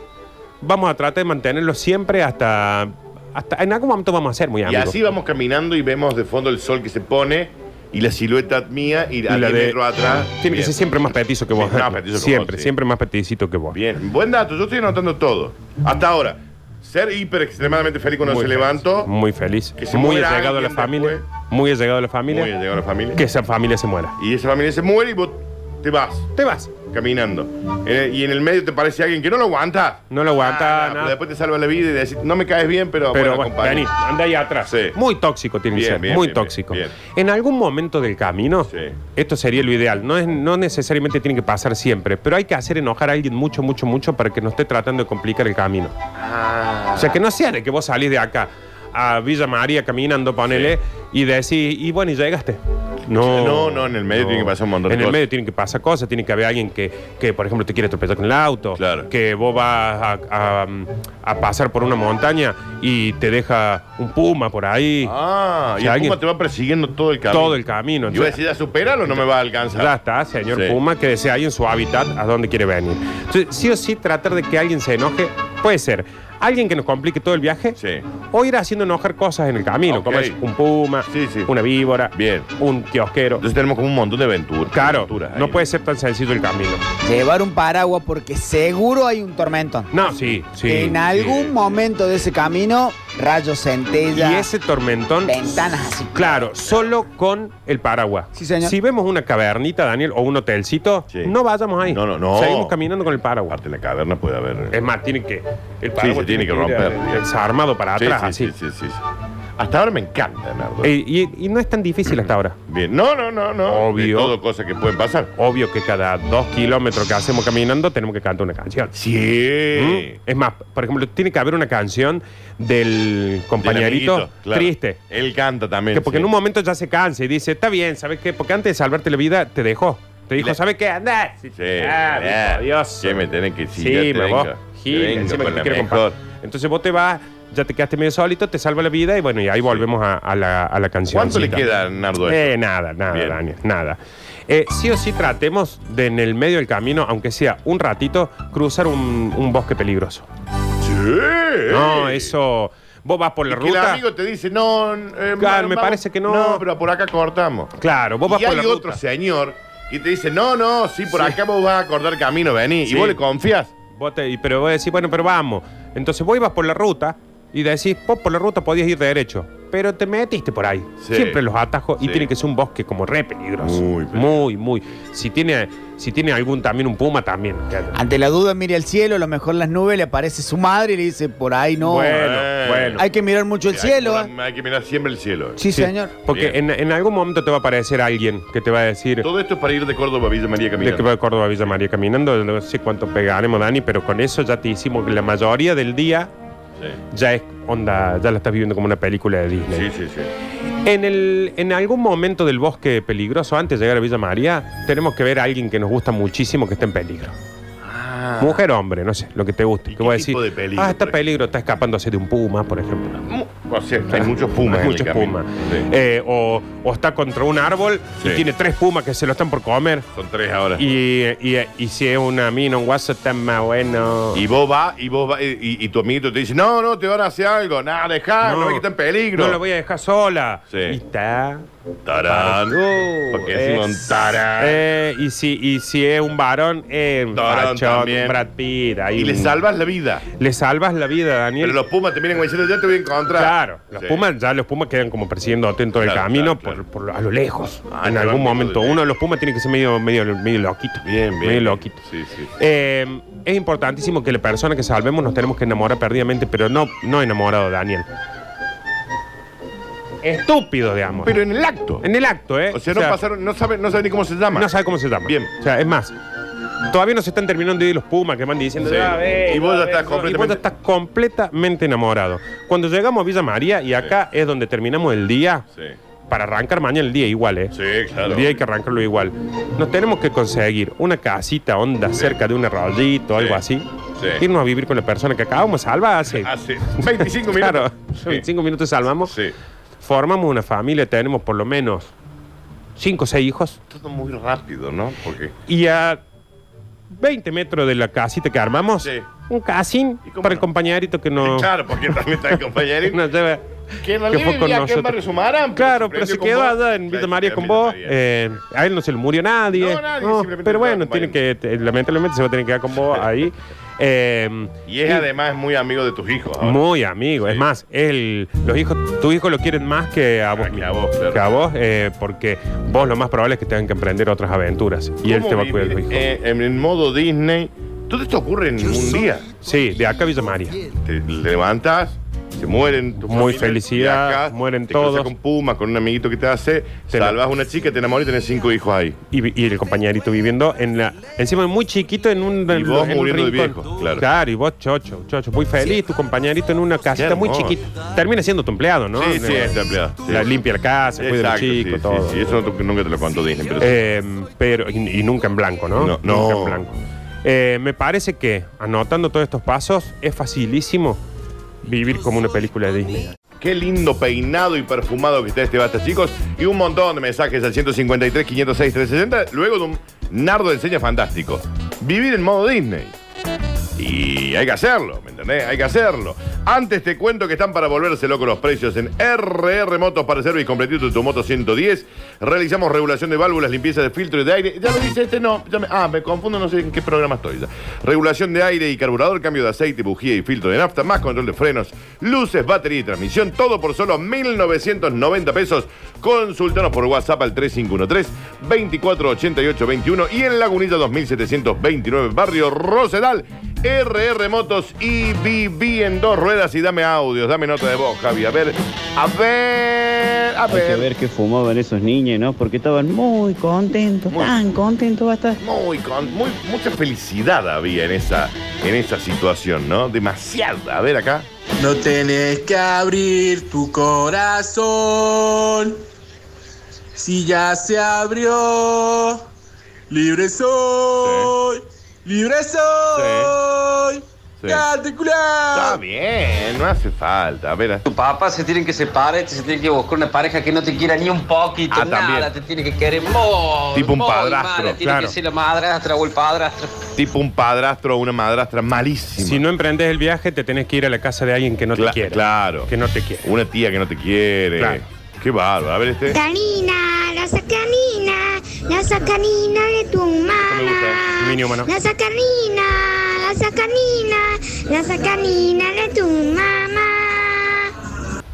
[SPEAKER 4] vamos a tratar de mantenerlo siempre hasta. hasta en algún momento vamos a ser muy
[SPEAKER 3] Y
[SPEAKER 4] amigos.
[SPEAKER 3] así vamos caminando y vemos de fondo el sol que se pone y la silueta mía y,
[SPEAKER 4] Y
[SPEAKER 3] a
[SPEAKER 4] la
[SPEAKER 3] 10
[SPEAKER 4] de- Ah,
[SPEAKER 3] metros atrás.
[SPEAKER 4] Tiene que
[SPEAKER 3] Bien.
[SPEAKER 4] ser siempre más petizo que vos.
[SPEAKER 3] Sí, más petizo que
[SPEAKER 4] siempre,
[SPEAKER 3] vos, sí.
[SPEAKER 4] siempre más peticito que vos.
[SPEAKER 3] Bien, buen dato. Yo estoy anotando todo. Hasta ahora. Ser hiper extremadamente feliz cuando
[SPEAKER 4] Muy
[SPEAKER 3] se
[SPEAKER 4] feliz,
[SPEAKER 3] levanto.
[SPEAKER 4] Muy feliz.
[SPEAKER 3] Que se
[SPEAKER 4] muy
[SPEAKER 3] muera
[SPEAKER 4] llegado a la
[SPEAKER 3] alguien
[SPEAKER 4] familia.
[SPEAKER 3] después.
[SPEAKER 4] Muy llegado a la familia.
[SPEAKER 3] Muy llegado a la familia.
[SPEAKER 4] Que esa familia se muera.
[SPEAKER 3] Y esa familia se muere y vos te vas.
[SPEAKER 4] Te vas.
[SPEAKER 2] caminando. Eh, y en el medio te parece alguien que no lo aguanta.
[SPEAKER 4] No lo
[SPEAKER 3] Ah,
[SPEAKER 4] aguanta nada.
[SPEAKER 2] Después te salva la vida y decís, no me caes bien, pero, bueno,
[SPEAKER 4] Pero bueno,
[SPEAKER 2] acompaña.
[SPEAKER 4] vení, anda ahí atrás.
[SPEAKER 2] Sí.
[SPEAKER 4] Muy tóxico tiene que
[SPEAKER 2] Bien,
[SPEAKER 4] ser,
[SPEAKER 2] bien,
[SPEAKER 4] muy
[SPEAKER 2] bien,
[SPEAKER 4] tóxico.
[SPEAKER 2] bien,
[SPEAKER 4] En algún momento del camino,
[SPEAKER 2] Sí.
[SPEAKER 4] esto sería lo ideal. No, es, no necesariamente tiene que pasar siempre, pero hay que hacer enojar a alguien mucho, mucho, mucho para que no esté tratando de complicar el camino.
[SPEAKER 2] Ah.
[SPEAKER 4] O sea, que no sea de que vos salís de acá a Villa María caminando, ponele, y decís, y bueno, y llegaste. No,
[SPEAKER 2] No, no, en el medio tiene que pasar un montón de
[SPEAKER 4] En el
[SPEAKER 2] cosas.
[SPEAKER 4] medio tienen que pasar cosas, tiene que haber alguien que, que, por ejemplo, te quiere atropellar con el auto,
[SPEAKER 2] Claro.
[SPEAKER 4] que vos vas a, a- a pasar por una montaña y te deja un puma por ahí,
[SPEAKER 2] Ah,
[SPEAKER 4] O
[SPEAKER 2] y
[SPEAKER 4] sea,
[SPEAKER 2] el
[SPEAKER 4] alguien-
[SPEAKER 2] Puma te va persiguiendo todo el camino.
[SPEAKER 4] todo el camino.
[SPEAKER 2] Y voy a
[SPEAKER 4] Entonces,
[SPEAKER 2] decir, ¿a superarlo no me va a alcanzar?
[SPEAKER 4] ya está, señor
[SPEAKER 2] Sí.
[SPEAKER 4] Puma, que desea ahí en su hábitat a donde quiere venir. Entonces, sí o sí, tratar de que alguien se enoje puede ser alguien que nos complique todo el viaje
[SPEAKER 2] Sí.
[SPEAKER 4] o ir haciendo enojar cosas en el camino,
[SPEAKER 2] Ok.
[SPEAKER 4] como es un puma,
[SPEAKER 2] Sí, sí.
[SPEAKER 4] una víbora,
[SPEAKER 2] Bien.
[SPEAKER 4] un kiosquero.
[SPEAKER 2] Entonces tenemos como un montón de aventuras.
[SPEAKER 4] Claro,
[SPEAKER 2] aventuras ahí.
[SPEAKER 4] no puede ser tan sencillo el camino.
[SPEAKER 7] Llevar un paraguas porque seguro hay un tormentón.
[SPEAKER 4] No, sí, sí.
[SPEAKER 7] en algún momento de ese camino, rayos centella,
[SPEAKER 4] Y ese tormentón.
[SPEAKER 7] ventanas así.
[SPEAKER 4] Claro, solo con el paraguas.
[SPEAKER 7] Sí, señor.
[SPEAKER 4] Si vemos una cavernita, Daniel, o un hotelcito,
[SPEAKER 2] Sí.
[SPEAKER 4] no vayamos ahí.
[SPEAKER 2] No, no, no.
[SPEAKER 4] Seguimos caminando con el paraguas.
[SPEAKER 2] Aparte, en la caverna puede haber...
[SPEAKER 4] Es más, tiene que. El
[SPEAKER 2] Sí, se tiene que romper.
[SPEAKER 4] ir eh, Desarmado para
[SPEAKER 2] Sí,
[SPEAKER 4] atrás,
[SPEAKER 2] sí,
[SPEAKER 4] así.
[SPEAKER 2] sí, sí, sí, sí. Hasta ahora me encanta, Nardo.
[SPEAKER 4] Eh, Y, y no es tan difícil hasta ahora.
[SPEAKER 2] Bien. No, no, no, no.
[SPEAKER 4] Obvio.
[SPEAKER 2] De todo cosas que pueden pasar.
[SPEAKER 4] Obvio que cada dos kilómetros que hacemos caminando tenemos que cantar una canción.
[SPEAKER 2] Sí.
[SPEAKER 4] ¿Mm? Es más, por ejemplo, tiene que haber una canción del compañerito
[SPEAKER 2] Del amiguito, claro. Eh,
[SPEAKER 4] triste.
[SPEAKER 2] Él canta también.
[SPEAKER 4] Que porque
[SPEAKER 2] sí.
[SPEAKER 4] en un momento ya se cansa y dice, está bien, ¿sabes qué? Porque antes de salvarte la vida te dejó. Te dijo,
[SPEAKER 2] Le-
[SPEAKER 4] ¿sabes qué? Andá. Sí,
[SPEAKER 2] Sí.
[SPEAKER 4] Ah,
[SPEAKER 2] Ah,
[SPEAKER 4] hijo, Dios.
[SPEAKER 2] Sí, me tenés que...
[SPEAKER 4] Sí,
[SPEAKER 2] ya te
[SPEAKER 4] me
[SPEAKER 2] vengo,
[SPEAKER 4] vos.
[SPEAKER 2] te
[SPEAKER 4] Gil,
[SPEAKER 2] vengo
[SPEAKER 4] encima que
[SPEAKER 2] con
[SPEAKER 4] te
[SPEAKER 2] la
[SPEAKER 4] quiero
[SPEAKER 2] mejor.
[SPEAKER 4] comprar. Entonces vos te vas, ya te quedaste medio solito, te salva la vida y bueno, y ahí volvemos a, a la, a la canción.
[SPEAKER 2] ¿Cuánto le queda, Nardo? esto?
[SPEAKER 4] Eh, nada, nada,
[SPEAKER 2] Bien.
[SPEAKER 4] Daniel, nada. Eh, sí o sí tratemos de en el medio del camino, aunque sea un ratito, cruzar un, un bosque peligroso.
[SPEAKER 2] Sí.
[SPEAKER 4] No, eso... Vos vas por la
[SPEAKER 2] Eh. Y que el
[SPEAKER 4] ruta...
[SPEAKER 2] amigo te dice, no, eh, hermano,
[SPEAKER 4] me parece que no.
[SPEAKER 2] No, pero por acá cortamos.
[SPEAKER 4] Claro, vos vas
[SPEAKER 2] Y
[SPEAKER 4] por
[SPEAKER 2] hay
[SPEAKER 4] la
[SPEAKER 2] otro
[SPEAKER 4] ruta.
[SPEAKER 2] señor que te dice, no, no, sí, por acá vos vas a cortar camino, vení.
[SPEAKER 4] Sí.
[SPEAKER 2] Y vos le confías.
[SPEAKER 4] Vos te- y- pero vos decís, bueno, pero vamos. Entonces vos ibas por la ruta y decís, vos por la ruta podías ir derecho. Pero te metiste por ahí.
[SPEAKER 2] Sí.
[SPEAKER 4] Siempre los atajos. Y
[SPEAKER 2] Sí.
[SPEAKER 4] tiene que ser un bosque como re peligroso.
[SPEAKER 2] Muy
[SPEAKER 4] Muy, muy. Si tiene, si tiene algún también, un puma también.
[SPEAKER 7] Ante la duda, mire al cielo, a lo mejor las nubes, le aparece su madre y le dice, por ahí no.
[SPEAKER 4] Bueno,
[SPEAKER 2] Eh.
[SPEAKER 4] bueno.
[SPEAKER 7] Hay que mirar mucho el
[SPEAKER 2] Hay
[SPEAKER 7] cielo.
[SPEAKER 2] que mirar-
[SPEAKER 7] ¿eh?
[SPEAKER 2] Hay que mirar siempre el cielo.
[SPEAKER 7] Sí,
[SPEAKER 4] Sí,
[SPEAKER 7] señor.
[SPEAKER 4] Porque
[SPEAKER 2] Bien.
[SPEAKER 4] en, en algún momento te va a aparecer alguien que te va a decir...
[SPEAKER 2] Todo esto es para ir de Córdoba a Villa María
[SPEAKER 4] De
[SPEAKER 2] Caminando.
[SPEAKER 4] que va de Córdoba a Villa María caminando, no sé cuánto pegaremos, Dani, pero con eso ya te hicimos la mayoría del día,
[SPEAKER 2] Sí.
[SPEAKER 4] ya es onda, ya la estás viviendo como una película de Disney.
[SPEAKER 2] Sí, sí, sí.
[SPEAKER 4] En, el, en algún momento del bosque peligroso, antes de llegar a Villa María, tenemos que ver a alguien que nos gusta muchísimo que está en peligro. Mujer o hombre, no sé, lo que te guste.
[SPEAKER 2] Ah. ¿Y qué
[SPEAKER 4] que vos
[SPEAKER 2] tipo de peligro,
[SPEAKER 4] Ah, está
[SPEAKER 2] por
[SPEAKER 4] en
[SPEAKER 2] ejemplo?
[SPEAKER 4] peligro, está escapándose de un puma, por ejemplo.
[SPEAKER 2] Mu- O sea, hay muchos pumas.
[SPEAKER 4] Hay
[SPEAKER 2] en el
[SPEAKER 4] muchos
[SPEAKER 2] camino.
[SPEAKER 4] pumas.
[SPEAKER 2] Sí.
[SPEAKER 4] Eh, o, o está contra un árbol y
[SPEAKER 2] Sí.
[SPEAKER 4] tiene tres pumas que se lo están por comer.
[SPEAKER 2] Son tres ahora. Y,
[SPEAKER 4] Y, y- y si es una mina, un guaso, está más bueno.
[SPEAKER 2] vos vas, y vos vas, y, y- y tu amiguito te dice, no, no, te van a hacer algo. Nada, dejá, no, ves que está en peligro.
[SPEAKER 4] No la voy a dejar sola.
[SPEAKER 2] Sí.
[SPEAKER 4] Y está.
[SPEAKER 2] Tarán. Porque decimos un
[SPEAKER 4] Es-
[SPEAKER 2] tarán.
[SPEAKER 4] Eh, y, si, y si es un varón, eh, un
[SPEAKER 2] Varón
[SPEAKER 4] fachón,
[SPEAKER 2] también.
[SPEAKER 4] un Brad Pitt. ahí
[SPEAKER 2] y le
[SPEAKER 4] un-
[SPEAKER 2] salvas la vida.
[SPEAKER 4] le salvas la vida, Daniel.
[SPEAKER 2] Pero los pumas te miran como diciendo, ya te voy a encontrar.
[SPEAKER 4] Claro, los
[SPEAKER 2] Sí.
[SPEAKER 4] Pumas ya los Pumas quedan como persiguiendo atento del
[SPEAKER 2] Claro,
[SPEAKER 4] camino
[SPEAKER 2] claro,
[SPEAKER 4] Por, por- a lo lejos.
[SPEAKER 2] Ah,
[SPEAKER 4] en
[SPEAKER 2] te
[SPEAKER 4] algún
[SPEAKER 2] van viendo
[SPEAKER 4] momento
[SPEAKER 2] de
[SPEAKER 4] uno de los Pumas tiene que ser medio medio medio loquito.
[SPEAKER 2] Bien, bien.
[SPEAKER 4] Medio loquito.
[SPEAKER 2] Sí, sí.
[SPEAKER 4] Eh, es importantísimo que la persona que salvemos nos tenemos que enamorar perdidamente, pero no no enamorado, Daniel. Estúpido de amor.
[SPEAKER 2] Pero en el acto.
[SPEAKER 4] en el acto, ¿eh?
[SPEAKER 2] O sea, no pasaron, no saben no saben ni cómo se llama.
[SPEAKER 4] No sabe cómo se llama.
[SPEAKER 2] Bien.
[SPEAKER 4] O sea, es más, todavía no se están terminando de ir los Pumas que van diciendo. "Ah,
[SPEAKER 2] Sí.
[SPEAKER 4] "Ya ves,
[SPEAKER 2] Y vos ya
[SPEAKER 4] ya ves",
[SPEAKER 2] estás
[SPEAKER 4] ¿no?
[SPEAKER 2] completamente-
[SPEAKER 4] Y vos ya estás completamente enamorado. Cuando llegamos a Villa María, y acá es donde terminamos el día,
[SPEAKER 2] Sí.
[SPEAKER 4] para arrancar mañana el día igual, ¿eh?
[SPEAKER 2] Sí, claro.
[SPEAKER 4] El día hay que arrancarlo igual. Nos tenemos que conseguir una casita onda cerca de un arroyito o
[SPEAKER 2] Sí.
[SPEAKER 4] algo así.
[SPEAKER 2] Sí.
[SPEAKER 4] Irnos a vivir con la persona que acabamos de salvar hace.
[SPEAKER 2] Hace 25 minutos.
[SPEAKER 4] Claro,
[SPEAKER 2] Sí.
[SPEAKER 4] 25 minutos salvamos.
[SPEAKER 2] Sí.
[SPEAKER 4] Formamos una familia, tenemos por lo menos 5 o 6 hijos.
[SPEAKER 2] Todo muy rápido, ¿no? Porque.
[SPEAKER 4] Y a 20 metros de la casita que armamos,
[SPEAKER 2] Sí.
[SPEAKER 4] un casín
[SPEAKER 2] ¿Y
[SPEAKER 4] para
[SPEAKER 2] cómo
[SPEAKER 4] el
[SPEAKER 2] no?
[SPEAKER 4] compañerito que no,
[SPEAKER 2] Claro, porque también está el compañero.
[SPEAKER 4] nos lleva.
[SPEAKER 2] que en
[SPEAKER 4] que fue
[SPEAKER 2] realidad
[SPEAKER 4] con
[SPEAKER 2] vivía acá en
[SPEAKER 4] nosotros.
[SPEAKER 2] Barrio Sumarán.
[SPEAKER 4] Claro, pero se
[SPEAKER 2] prendió con
[SPEAKER 4] quedó
[SPEAKER 2] vos.
[SPEAKER 4] allá en Villa
[SPEAKER 2] Claro,
[SPEAKER 4] María
[SPEAKER 2] se
[SPEAKER 4] con
[SPEAKER 2] quedó en
[SPEAKER 4] vos.
[SPEAKER 2] Villa María.
[SPEAKER 4] eh, a él no se le murió nadie.
[SPEAKER 2] No, nadie, simplemente
[SPEAKER 4] pero
[SPEAKER 2] estaba
[SPEAKER 4] bueno, tiene que,
[SPEAKER 2] acompañando.
[SPEAKER 4] te- lamentablemente se va a tener que quedar con vos ahí. Eh,
[SPEAKER 2] Y es además muy amigo de tus hijos. ahora.
[SPEAKER 4] muy amigo. Es
[SPEAKER 2] Sí.
[SPEAKER 4] más, él, los hijos, tus hijos lo quieren más que a vos.
[SPEAKER 2] Ah, que a vos, claro.
[SPEAKER 4] Que a vos, eh, porque vos lo más probable es que tengan que emprender otras aventuras. Y él
[SPEAKER 2] ¿Cómo
[SPEAKER 4] te va a cuidar
[SPEAKER 2] vivir,
[SPEAKER 4] los hijos.
[SPEAKER 2] eh, en el modo Disney, todo esto ocurre en un día.
[SPEAKER 4] sí, de acá a Villa María.
[SPEAKER 2] Te levantas, se mueren tus
[SPEAKER 4] Muy
[SPEAKER 2] familiares,
[SPEAKER 4] felicidad,
[SPEAKER 2] viajas,
[SPEAKER 4] mueren
[SPEAKER 2] te cruzas
[SPEAKER 4] todos.
[SPEAKER 2] con Puma, con un amiguito que te hace,
[SPEAKER 4] Te la-
[SPEAKER 2] salvas a una chica, te enamoras y tenés cinco hijos ahí.
[SPEAKER 4] Y, vi- y el compañerito viviendo en la. Encima muy chiquito en un.
[SPEAKER 2] Y vos
[SPEAKER 4] en un
[SPEAKER 2] muriendo de
[SPEAKER 4] rincón.
[SPEAKER 2] viejo, claro.
[SPEAKER 4] y vos chocho, chocho. Muy feliz, tu compañerito en una casita
[SPEAKER 2] hermoso.
[SPEAKER 4] muy chiquita. Termina siendo tu empleado, ¿no?
[SPEAKER 2] Sí,
[SPEAKER 4] En
[SPEAKER 2] sí,
[SPEAKER 4] el-
[SPEAKER 2] es tu empleado, sí.
[SPEAKER 4] La limpia la casa, cuida a
[SPEAKER 2] Exacto,
[SPEAKER 4] los
[SPEAKER 2] sí,
[SPEAKER 4] chicos,
[SPEAKER 2] sí,
[SPEAKER 4] todo.
[SPEAKER 2] sí, eso no te- nunca te lo contó Disney, pero
[SPEAKER 4] Eh, pero, y, y nunca en blanco, ¿no?
[SPEAKER 2] No, no.
[SPEAKER 4] Nunca en blanco. Eh, me parece que anotando todos estos pasos es facilísimo vivir como una película de Disney.
[SPEAKER 2] Qué lindo peinado y perfumado que está este basta, chicos. Y un montón de mensajes al 153, 506, 360. Luego de un nardo de enseña fantástico. Vivir en modo Disney. Y hay que hacerlo, ¿me entendés? Hay que hacerlo. Antes te cuento que están para volverse locos los precios en RR Motos para Service Completito de tu moto 110. Realizamos regulación de válvulas, limpieza de filtro y de aire. Ya lo dice este, no. ya me- ah, me confundo, no sé en qué programa estoy. ya. Regulación de aire y carburador, cambio de aceite, bujía y filtro de nafta, más control de frenos, luces, batería y transmisión. Todo por solo 1,990 pesos. Consultanos por WhatsApp al 3513-248821 y en Lagunilla 2729, Barrio Rosedal. RR Motos y viví en dos ruedas y dame audios, dame nota de voz, Javi. A ver, a ver, a
[SPEAKER 8] Hay que
[SPEAKER 2] ver.
[SPEAKER 8] ver qué fumaban esos niños, ¿no? Porque estaban muy contentos,
[SPEAKER 2] Muy.
[SPEAKER 8] tan contentos hasta...
[SPEAKER 2] Muy, con, muy, mucha felicidad había en esa, en esa situación, ¿no? Demasiada. A ver acá.
[SPEAKER 9] No tenés que abrir tu corazón. Si ya se abrió, libre soy. Libre soy.
[SPEAKER 2] Sí.
[SPEAKER 9] Particular.
[SPEAKER 2] Está bien, no hace falta. A ver, a-
[SPEAKER 10] Tu papá se tiene que separar, este se tiene que buscar una pareja que no te quiera ni un poquito,
[SPEAKER 2] Ah, también.
[SPEAKER 10] nada, te tiene que querer muy,
[SPEAKER 2] Tipo un
[SPEAKER 10] muy
[SPEAKER 2] padrastro,
[SPEAKER 10] mala, tiene que
[SPEAKER 4] claro.
[SPEAKER 10] ser la madrastra o el padrastro.
[SPEAKER 2] tipo un padrastro o una madrastra malísima.
[SPEAKER 4] Si no emprendes el viaje, te tenés que ir a la casa de alguien que no
[SPEAKER 2] Cla-
[SPEAKER 4] te quiere.
[SPEAKER 2] claro.
[SPEAKER 4] Que no te quiere.
[SPEAKER 2] Una tía que no te quiere.
[SPEAKER 4] Claro.
[SPEAKER 2] Qué bárbaro. A ver este.
[SPEAKER 6] Canina, la sacanina, la sacanina de tu
[SPEAKER 2] me gusta,
[SPEAKER 6] mamá.
[SPEAKER 4] mini humano.
[SPEAKER 6] La sacanina, la sacanina, la sacanina de tu mamá.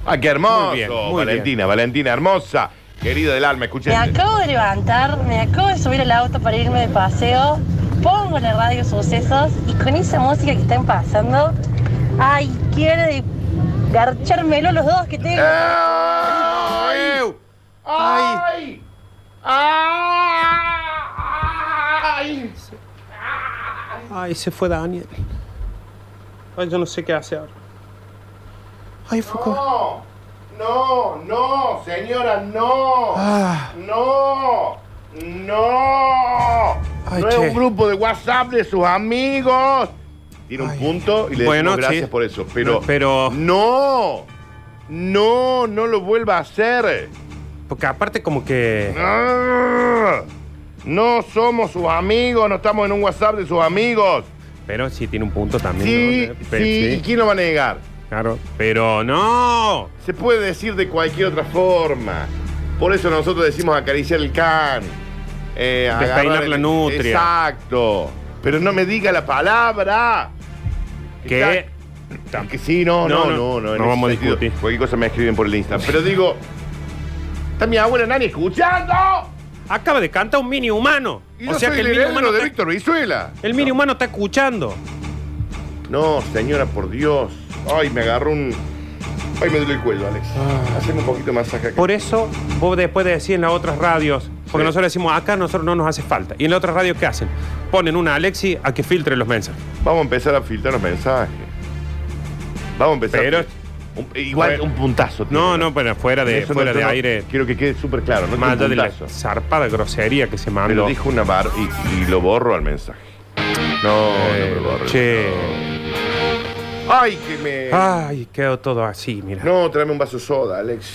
[SPEAKER 2] Ah, qué hermoso.
[SPEAKER 4] Muy bien, muy
[SPEAKER 2] Valentina, Valentina, hermosa. Querida del alma, escuchen.
[SPEAKER 11] Me acabo de levantar, me acabo de subir al auto para irme de paseo, pongo la radio sucesos y con esa música que están pasando, ay, quiero de- garchármelo los dos que tengo.
[SPEAKER 2] ¡Ay! ¡Ay! ¡Ay!
[SPEAKER 12] Ay, se fue Daniel.
[SPEAKER 4] Ay, yo no sé qué hace ahora.
[SPEAKER 12] Ay, Foucault.
[SPEAKER 2] No, no, no, señora, no.
[SPEAKER 12] Ah.
[SPEAKER 2] No, no.
[SPEAKER 12] Ay,
[SPEAKER 2] no
[SPEAKER 12] che.
[SPEAKER 2] es un grupo de WhatsApp de sus amigos. Tiene un
[SPEAKER 12] Ay.
[SPEAKER 2] punto y le
[SPEAKER 4] Bueno,
[SPEAKER 2] decimos gracias
[SPEAKER 4] sí.
[SPEAKER 2] por eso. Pero,
[SPEAKER 4] No, pero-
[SPEAKER 2] No, no, no lo vuelva a hacer.
[SPEAKER 4] Porque aparte, como que.
[SPEAKER 2] Ah, No somos sus amigos, no estamos en un WhatsApp de sus amigos.
[SPEAKER 4] Pero sí tiene un punto también.
[SPEAKER 2] Sí,
[SPEAKER 4] ¿no? Pe-
[SPEAKER 2] sí, ¿y quién lo va a negar?
[SPEAKER 4] Claro. Pero no.
[SPEAKER 2] Se puede decir de cualquier otra forma. Por eso nosotros decimos acariciar el can. eh,
[SPEAKER 4] Despeinar
[SPEAKER 2] agarrar el-
[SPEAKER 4] la nutria.
[SPEAKER 2] Exacto. Pero no me diga la palabra.
[SPEAKER 4] Que.
[SPEAKER 2] Está- Que sí, no, no,
[SPEAKER 4] No,
[SPEAKER 2] no,
[SPEAKER 4] no.
[SPEAKER 2] no. en
[SPEAKER 4] No
[SPEAKER 2] ese
[SPEAKER 4] vamos a
[SPEAKER 2] sentido.
[SPEAKER 4] discutir.
[SPEAKER 2] Cualquier cosa me escriben por el Insta. Pero digo, está mi abuela Nani escuchando.
[SPEAKER 4] Acaba de cantar un mini humano.
[SPEAKER 2] Y
[SPEAKER 4] o
[SPEAKER 2] yo
[SPEAKER 4] sea
[SPEAKER 2] soy
[SPEAKER 4] que el
[SPEAKER 2] el
[SPEAKER 4] mini humano.
[SPEAKER 2] heredero de
[SPEAKER 4] Está,
[SPEAKER 2] Víctor Brizuela.
[SPEAKER 4] el mini humano está escuchando.
[SPEAKER 2] No, señora, por Dios. Ay, me agarró un. Ay, me duele el cuello, Alex. Haceme un poquito de masaje acá.
[SPEAKER 4] Ah. Por eso vos después decís en las otras radios, porque
[SPEAKER 2] Sí.
[SPEAKER 4] nosotros decimos acá nosotros no nos hace falta. Y en las otras radios, ¿qué hacen? Ponen una Alexi a que filtre los mensajes.
[SPEAKER 2] Vamos a empezar a filtrar los mensajes. Vamos a empezar.
[SPEAKER 4] Pero-
[SPEAKER 2] Un- igual
[SPEAKER 4] Bueno.
[SPEAKER 2] un puntazo. tiene,
[SPEAKER 4] No, no, pero fuera de,
[SPEAKER 2] Eso no,
[SPEAKER 4] fuera
[SPEAKER 2] yo
[SPEAKER 4] de
[SPEAKER 2] no-
[SPEAKER 4] aire,
[SPEAKER 2] Quiero que quede súper claro, no tiene
[SPEAKER 4] más allá de la
[SPEAKER 2] puntazo.
[SPEAKER 4] zarpada grosería que se
[SPEAKER 2] Pero
[SPEAKER 4] mandó.
[SPEAKER 2] dijo una bar y, y lo borro al mensaje. No, no me lo borro.
[SPEAKER 4] Eh, che. Ah.
[SPEAKER 2] Ay, que me.
[SPEAKER 4] Ay, quedó todo así, mira.
[SPEAKER 2] No, tráeme un vaso de soda, Alex.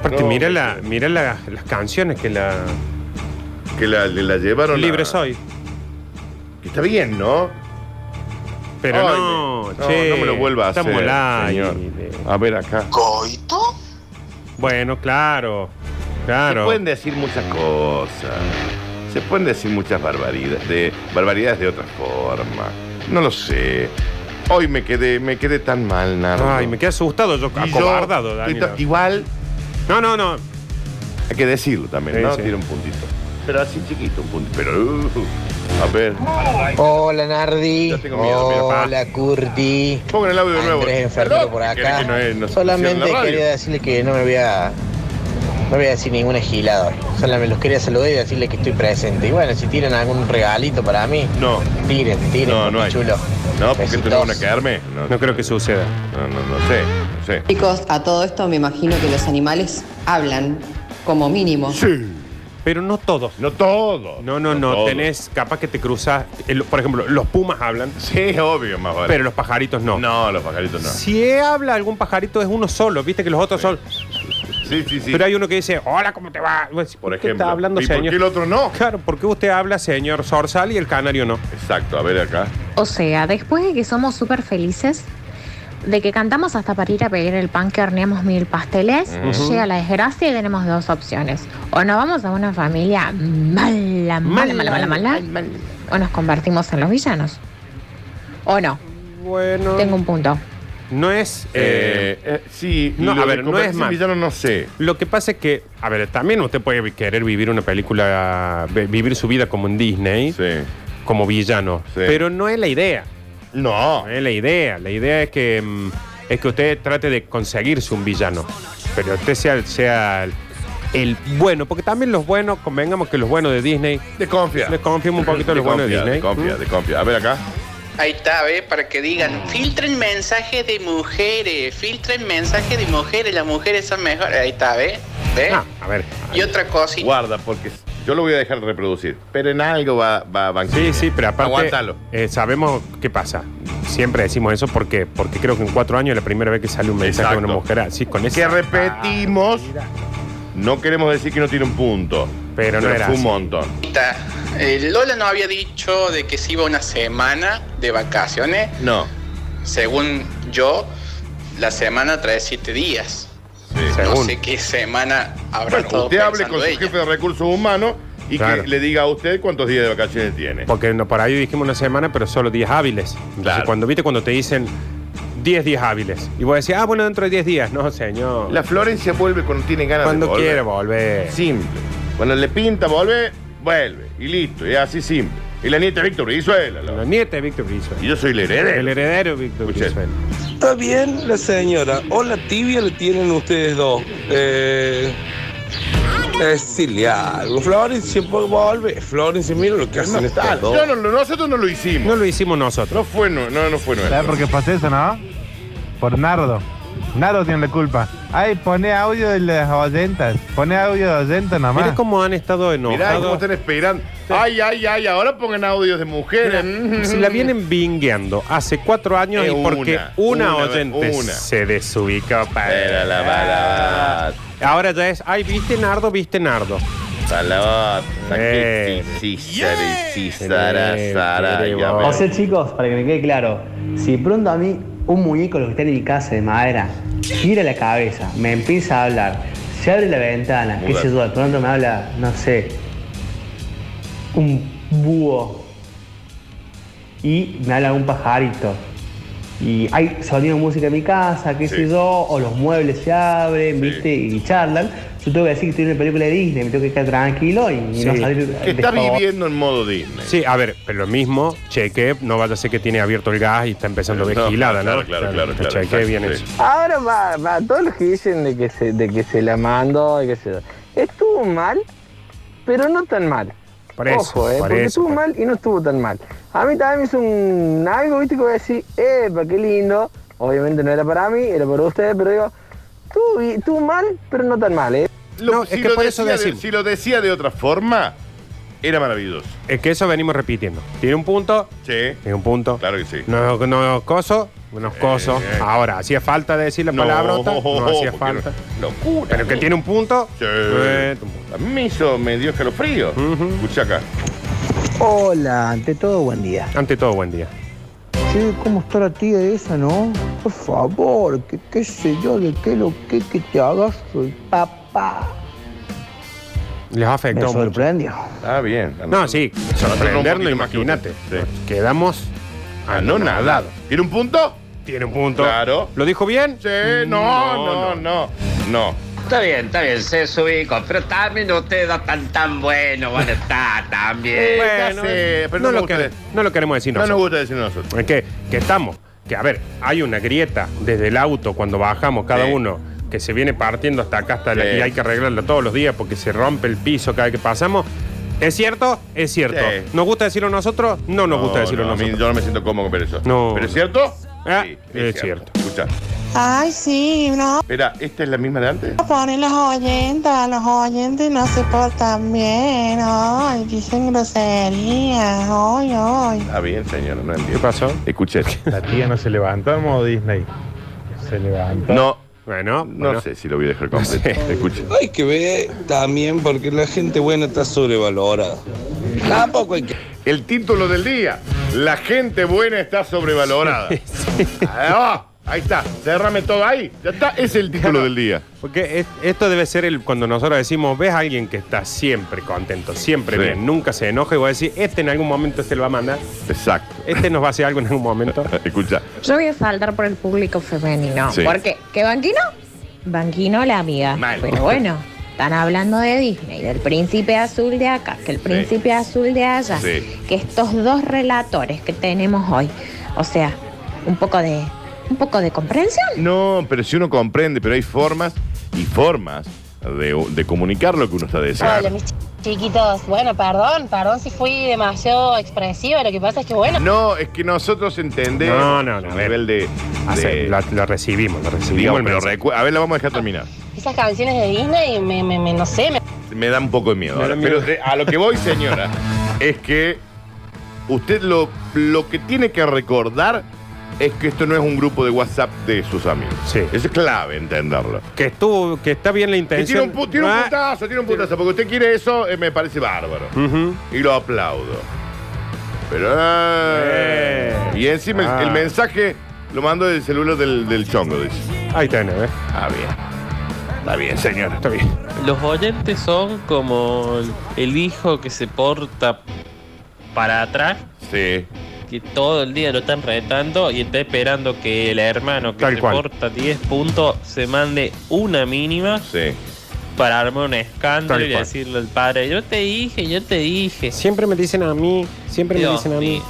[SPEAKER 4] Aparte,
[SPEAKER 2] no,
[SPEAKER 4] mira,
[SPEAKER 2] no
[SPEAKER 4] la,
[SPEAKER 2] sé.
[SPEAKER 4] mira la- las canciones que la...
[SPEAKER 2] Que la, le la llevaron. a-
[SPEAKER 4] Libre soy.
[SPEAKER 2] Que está bien, ¿no?
[SPEAKER 4] Pero
[SPEAKER 2] Ay,
[SPEAKER 4] no,
[SPEAKER 2] me- no,
[SPEAKER 4] che.
[SPEAKER 2] no me lo vuelva a hacer.
[SPEAKER 4] Estamos al
[SPEAKER 2] señor.
[SPEAKER 4] aire.
[SPEAKER 2] A ver acá.
[SPEAKER 9] ¿Coito?
[SPEAKER 4] Bueno, claro.
[SPEAKER 2] Se
[SPEAKER 4] Claro.
[SPEAKER 2] pueden decir muchas cosas. Se pueden decir muchas barbaridades de, barbaridades de otra forma. No lo sé. Hoy me quedé, me quedé tan mal, Nardo.
[SPEAKER 4] Ay, me quedé asustado, yo
[SPEAKER 2] Y yo-
[SPEAKER 4] acobardado, Daniel.
[SPEAKER 2] Esto- Igual.
[SPEAKER 4] No, no, no.
[SPEAKER 2] Hay que decirlo también,
[SPEAKER 4] Sí,
[SPEAKER 2] ¿no?
[SPEAKER 4] sí.
[SPEAKER 2] Tiene un puntito. Pero así chiquito, un puntito. Pero. uh, a ver.
[SPEAKER 13] Hola Nardi,
[SPEAKER 2] miedo, mira, pa.
[SPEAKER 13] hola Curti,
[SPEAKER 2] Pongan el audio de nuevo.
[SPEAKER 13] Andrés Enfermero
[SPEAKER 2] Perdón,
[SPEAKER 13] por
[SPEAKER 2] que- que no
[SPEAKER 13] acá.
[SPEAKER 2] es- no se
[SPEAKER 13] Solamente
[SPEAKER 2] funciona la radio.
[SPEAKER 13] quería decirle que no me voy a, no voy a decir ninguna gilada hoy. Solamente los quería saludar y decirle que estoy presente. Y bueno, si tienen algún regalito para mí,
[SPEAKER 2] no.
[SPEAKER 13] tiren, tiren,
[SPEAKER 2] No, no
[SPEAKER 13] porque
[SPEAKER 2] hay.
[SPEAKER 13] chulo.
[SPEAKER 2] No, porque esto no van a
[SPEAKER 13] Besitos.
[SPEAKER 2] quedarme. No, creo que suceda. No, no, no sé. No sé.
[SPEAKER 14] Chicos, a todo esto me imagino que los animales hablan, como mínimo.
[SPEAKER 4] Pero no todos.
[SPEAKER 2] No todos.
[SPEAKER 4] No, no, no. Tenés, capaz que te cruzas. el- por ejemplo, los pumas hablan.
[SPEAKER 2] Sí, obvio, más vale.
[SPEAKER 4] Pero los pajaritos no.
[SPEAKER 2] No, los pajaritos no.
[SPEAKER 4] Si habla algún pajarito es uno solo, viste que los otros son.
[SPEAKER 2] Sí, sí, sí.
[SPEAKER 4] Pero hay uno que dice, hola, ¿cómo te va? Por ¿Qué
[SPEAKER 2] ejemplo.
[SPEAKER 4] está hablando,
[SPEAKER 2] ¿Y por
[SPEAKER 4] señor?
[SPEAKER 2] qué el otro no?
[SPEAKER 4] Claro, ¿por qué usted habla, señor Zorzal, y el canario no?
[SPEAKER 2] Exacto, a ver acá.
[SPEAKER 15] O sea, después de que somos súper felices, de que cantamos hasta para ir a pedir el pan que horneamos mil pasteles,
[SPEAKER 5] Ujú.
[SPEAKER 15] llega la desgracia y tenemos dos opciones. O nos vamos a una familia mm, mala, mala, mala, mala, mala, o nos convertimos en los villanos. O no.
[SPEAKER 4] Bueno.
[SPEAKER 15] Tengo un punto.
[SPEAKER 4] No es.
[SPEAKER 2] Eh, sí,
[SPEAKER 4] no,
[SPEAKER 2] lo
[SPEAKER 4] a
[SPEAKER 2] de
[SPEAKER 4] ver, no es
[SPEAKER 2] convertirse en
[SPEAKER 4] mal.
[SPEAKER 2] villano no sé.
[SPEAKER 4] Lo que pasa es que, a ver, también usted puede querer vivir una película, ve- vivir su vida como en Disney, como villano. Pero no es la idea.
[SPEAKER 2] No.
[SPEAKER 4] es la idea. La idea es que, mm, es que usted trate de conseguirse un villano. Pero usted sea, sea el- el bueno. Porque también los buenos, convengamos que los buenos de Disney.
[SPEAKER 2] Desconfía.
[SPEAKER 4] Desconfiamos un poquito de los buenos de
[SPEAKER 2] Desconfía,
[SPEAKER 4] Disney.
[SPEAKER 2] desconfía, desconfía. A ver acá.
[SPEAKER 16] Ahí está, ¿ves? Para que digan, filtren mensajes de mujeres, filtren mensajes de mujeres, las mujeres son mejores. Ahí está, ¿ves? ¿Ves?
[SPEAKER 4] ah, a ver.
[SPEAKER 16] Y otra cosa.
[SPEAKER 2] Guarda, porque yo lo voy a dejar reproducir. Pero en algo va, va a bancar.
[SPEAKER 4] Sí, sí, pero aparte.
[SPEAKER 2] Aguántalo.
[SPEAKER 4] eh, sabemos qué pasa. Siempre decimos eso porque, porque creo que en cuatro años es la primera vez que sale un mensaje de una mujer así con Ah, ese.
[SPEAKER 2] Que repetimos. No queremos decir que no tiene un punto.
[SPEAKER 4] Pero no era
[SPEAKER 2] fue un
[SPEAKER 4] así.
[SPEAKER 2] montón.
[SPEAKER 16] Ahí está. Eh, Lola nos había dicho de que se iba una semana de vacaciones.
[SPEAKER 2] No.
[SPEAKER 16] Según yo, la semana trae siete días. No
[SPEAKER 2] Según.
[SPEAKER 16] sé qué semana habrá
[SPEAKER 2] Bueno,
[SPEAKER 16] estado
[SPEAKER 2] usted hable
[SPEAKER 16] pensando
[SPEAKER 2] con su
[SPEAKER 16] ella.
[SPEAKER 2] jefe de recursos humanos y
[SPEAKER 4] Claro.
[SPEAKER 2] que le diga a usted cuántos días de vacaciones tiene.
[SPEAKER 4] Porque no, por ahí dijimos una semana, pero solo 10 hábiles. Entonces, cuando viste cuando te dicen 10 días hábiles. Y vos decís, ah, bueno, dentro de 10 días. No, señor.
[SPEAKER 2] La Florencia vuelve cuando tiene ganas
[SPEAKER 4] Cuando
[SPEAKER 2] de volver.
[SPEAKER 4] quiere volver.
[SPEAKER 2] Simple. Cuando le pinta volver, vuelve. Y listo, y así simple. Y la nieta de Víctor Brizuela. La,
[SPEAKER 4] nieta de Víctor Brizuela.
[SPEAKER 2] Y yo soy el heredero.
[SPEAKER 4] El heredero, Víctor Brizuela.
[SPEAKER 17] Está bien la señora. O la tibia le tienen ustedes dos. Eh, decirle algo. Florencia, pues, vuelve. Florencia, mira lo que hacen
[SPEAKER 2] Ah,
[SPEAKER 17] estos dos.
[SPEAKER 2] yo no lo- nosotros no lo hicimos.
[SPEAKER 4] No lo hicimos nosotros.
[SPEAKER 2] No fue, no, no, no fue nuestro.
[SPEAKER 18] ¿Sabes por qué pasa eso, no? Por Nardo. Nardo tiene la culpa. Ay, pone audio de las oyentas. Pone audio de oyentas nomás.
[SPEAKER 4] Mira cómo han estado
[SPEAKER 2] Mirá cómo
[SPEAKER 4] enojados.
[SPEAKER 2] están esperando. Ay, ay, ay, ahora pongan audios de mujeres. Mm.
[SPEAKER 4] Mira, si la vienen vingueando hace cuatro años
[SPEAKER 2] Eh,
[SPEAKER 4] y porque
[SPEAKER 2] una,
[SPEAKER 4] una,
[SPEAKER 2] una,
[SPEAKER 4] oyente
[SPEAKER 2] una.
[SPEAKER 4] se desubicó para.
[SPEAKER 2] Era la balada.
[SPEAKER 4] Ahora ya es, ay, viste Nardo, viste Nardo.
[SPEAKER 2] Salvat.
[SPEAKER 4] Eh.
[SPEAKER 2] Sí, Sara, sí, Sara, Sara.
[SPEAKER 4] Bien,
[SPEAKER 2] ya
[SPEAKER 4] bien,
[SPEAKER 2] ver.
[SPEAKER 19] O sea, chicos, para que me quede claro, si pronto a mí un muñeco, lo que está en mi casa de madera, gira la cabeza, me empieza a hablar, se abre la ventana, qué
[SPEAKER 20] Mudar.
[SPEAKER 19] sé yo, de pronto me habla, no sé, un búho y me habla un pajarito. Y hay sonido de música en mi casa, qué sé yo, o los muebles se abren, viste, y charlan. Yo tengo que decir que estoy en una película de Disney, me tengo que quedar tranquilo y no
[SPEAKER 4] Sí.
[SPEAKER 19] salir
[SPEAKER 4] Que está
[SPEAKER 19] despavor-
[SPEAKER 4] viviendo
[SPEAKER 2] en modo Disney.
[SPEAKER 4] Sí, a ver, pero lo mismo, cheque, no vaya a ser que tiene abierto el gas y está empezando a ver
[SPEAKER 2] No,
[SPEAKER 4] gilada, ¿no?
[SPEAKER 2] claro, claro, claro, claro,
[SPEAKER 4] Cheque
[SPEAKER 2] exacto,
[SPEAKER 4] bien
[SPEAKER 2] sí.
[SPEAKER 4] eso.
[SPEAKER 20] Ahora va, va, todos los que dicen de que se, de que se la mandó, y que se, estuvo mal, pero no tan mal.
[SPEAKER 4] Por eso,
[SPEAKER 20] Ojo, eh,
[SPEAKER 4] por
[SPEAKER 20] porque
[SPEAKER 4] eso,
[SPEAKER 20] estuvo
[SPEAKER 4] por-
[SPEAKER 20] mal y no estuvo tan mal. A mí también me hizo un algo, viste, que voy a decir, epa, qué lindo. Obviamente no era para mí, era para ustedes, pero digo, estuvo, bi- estuvo mal, pero no tan mal, eh.
[SPEAKER 2] Lo- si lo decía de- Si lo decía de otra forma, era maravilloso.
[SPEAKER 4] Es que eso venimos repitiendo. Tiene un punto.
[SPEAKER 2] Sí.
[SPEAKER 4] Tiene un punto.
[SPEAKER 2] Claro que sí.
[SPEAKER 4] No, no coso, unos cosos.
[SPEAKER 2] eh.
[SPEAKER 4] Ahora, ¿hacía falta decir la palabra? No
[SPEAKER 2] porque
[SPEAKER 4] hacía falta.
[SPEAKER 2] no- Locura.
[SPEAKER 4] Pero que tiene un punto. eh,
[SPEAKER 2] Sí. A mí me hizo, me dio escalofrío. Escucha acá.
[SPEAKER 21] Hola, ante todo buen día.
[SPEAKER 4] Ante todo, buen día.
[SPEAKER 21] Che, ¿cómo está la tía esa, no? Por favor, que qué sé yo, de qué lo que, que te hagas soy papá.
[SPEAKER 4] Les ha afectado
[SPEAKER 21] Me sorprendió.
[SPEAKER 2] Ah, bien.
[SPEAKER 4] No, sí.
[SPEAKER 2] Nosotros un
[SPEAKER 4] Sorprendernos,
[SPEAKER 2] poquito más que
[SPEAKER 4] imagínate. Quedamos
[SPEAKER 2] Anonadado. Ah, ¿Tiene un punto?
[SPEAKER 4] Tiene un punto.
[SPEAKER 2] Claro.
[SPEAKER 4] ¿Lo dijo bien?
[SPEAKER 2] Sí,
[SPEAKER 18] Mm,
[SPEAKER 2] no, no, no. No.
[SPEAKER 10] Está bien, está bien, se subico, pero también ustedes no están tan buenos, van a estar también.
[SPEAKER 2] Bueno, eh, pero
[SPEAKER 4] no,
[SPEAKER 2] no
[SPEAKER 4] lo
[SPEAKER 2] me gusta
[SPEAKER 4] que-
[SPEAKER 2] decir.
[SPEAKER 4] no lo queremos decir
[SPEAKER 2] No
[SPEAKER 4] nosotros.
[SPEAKER 2] nos gusta decir nosotros.
[SPEAKER 4] Es que, que estamos, que a ver, hay una grieta desde el auto cuando bajamos cada
[SPEAKER 2] Sí.
[SPEAKER 4] uno que se viene partiendo hasta acá hasta la-
[SPEAKER 2] Sí.
[SPEAKER 4] y hay que arreglarla todos los días porque se rompe el piso cada vez que pasamos. ¿Es cierto? Es cierto.
[SPEAKER 2] Sí.
[SPEAKER 4] ¿Nos gusta decirlo nosotros? No nos gusta decirlo
[SPEAKER 2] no, a mí
[SPEAKER 4] nosotros.
[SPEAKER 2] Yo no me siento cómodo con eso.
[SPEAKER 4] No.
[SPEAKER 2] ¿Pero es cierto?
[SPEAKER 4] Ah,
[SPEAKER 2] Sí,
[SPEAKER 4] es cierto.
[SPEAKER 2] Escucha.
[SPEAKER 5] Ay, sí, no.
[SPEAKER 2] Espera, ¿esta es la misma de antes?
[SPEAKER 5] Ponen los oyentes, a los oyentes no se portan bien, ay, dicen groserías, ay, ay.
[SPEAKER 2] Está bien, señora, no entiendo. ¿Qué
[SPEAKER 4] pasó?
[SPEAKER 2] Escuché.
[SPEAKER 18] La tía no se levantó en modo Disney. Se levantó.
[SPEAKER 2] No.
[SPEAKER 4] Bueno,
[SPEAKER 2] no sé si lo voy a dejar completo. Escuche.
[SPEAKER 17] Hay que ver también porque la gente buena está sobrevalorada. Tampoco hay que.
[SPEAKER 2] El título del día. La gente buena está sobrevalorada. Ahí va, ahí está. Cerrame todo ahí. Ya está. Ese es el título del día.
[SPEAKER 4] Porque es- esto debe ser el cuando nosotros decimos, ves a alguien que está siempre contento, siempre
[SPEAKER 2] Sí.
[SPEAKER 4] bien, nunca se enoja y voy a decir, este en algún momento se lo va a mandar,
[SPEAKER 2] Exacto.
[SPEAKER 4] este nos va a hacer algo en algún momento.
[SPEAKER 2] Escucha.
[SPEAKER 15] Yo voy a saltar por el público femenino.
[SPEAKER 4] Sí.
[SPEAKER 15] Porque, ¿qué banquino? Banquino la amiga. Pero bueno, están hablando de Disney, del príncipe azul de acá, que el príncipe azul de allá.
[SPEAKER 6] Sí.
[SPEAKER 15] Que estos dos relatores que tenemos hoy, o sea, un poco de. un poco de comprensión.
[SPEAKER 2] No, pero si uno comprende, pero hay formas y formas de, de comunicar lo que uno está
[SPEAKER 11] Hola,
[SPEAKER 2] deseando.
[SPEAKER 11] mis chi- chiquitos. Bueno, perdón, perdón si fui demasiado expresiva. Lo que pasa es que, bueno,
[SPEAKER 2] No, es que nosotros entendemos
[SPEAKER 4] No, no, no,
[SPEAKER 2] a
[SPEAKER 4] a ver.
[SPEAKER 2] nivel de.
[SPEAKER 4] Hace- la, la recibimos, la recibimos.
[SPEAKER 2] Digamos,
[SPEAKER 4] el
[SPEAKER 2] pero
[SPEAKER 4] mensaje.
[SPEAKER 2] recu- a ver, la vamos a dejar terminar.
[SPEAKER 11] esas canciones de Disney, me, me, me- no sé, me,
[SPEAKER 2] Me da un poco de miedo.
[SPEAKER 4] Me da
[SPEAKER 2] ahora. Pero
[SPEAKER 4] miedo.
[SPEAKER 2] de- a lo que voy, señora, es que usted lo, lo que tiene que recordar es que esto no es un grupo de WhatsApp de sus amigos. Sí. Eso es clave entenderlo.
[SPEAKER 4] Que estuvo, que está bien la
[SPEAKER 2] Y tiene
[SPEAKER 4] intención.
[SPEAKER 2] un, pu- tiene un
[SPEAKER 4] Ah,
[SPEAKER 2] puntazo, tiene un puntazo, porque usted quiere eso, eh, me parece bárbaro.
[SPEAKER 4] ujú.
[SPEAKER 2] Y lo aplaudo. Pero. eh, y encima el-
[SPEAKER 4] Ah.
[SPEAKER 2] el, mensaje lo mando del celular del, del chongo, dice.
[SPEAKER 4] Ahí tenés, ¿eh?
[SPEAKER 2] Ah, bien. Está bien, señora. Está bien.
[SPEAKER 22] Los oyentes son como el hijo que se porta para atrás.
[SPEAKER 2] Sí.
[SPEAKER 22] Que todo el día lo están retando y está esperando que el hermano que
[SPEAKER 4] Tal
[SPEAKER 22] se
[SPEAKER 4] cual.
[SPEAKER 22] porta 10 puntos se mande una mínima para armar un escándalo
[SPEAKER 4] Tal
[SPEAKER 22] y
[SPEAKER 4] cual.
[SPEAKER 22] decirle al padre, yo te dije, yo te dije.
[SPEAKER 4] Siempre me dicen a mí, siempre me
[SPEAKER 22] Dios
[SPEAKER 4] dicen a mí.
[SPEAKER 22] mío,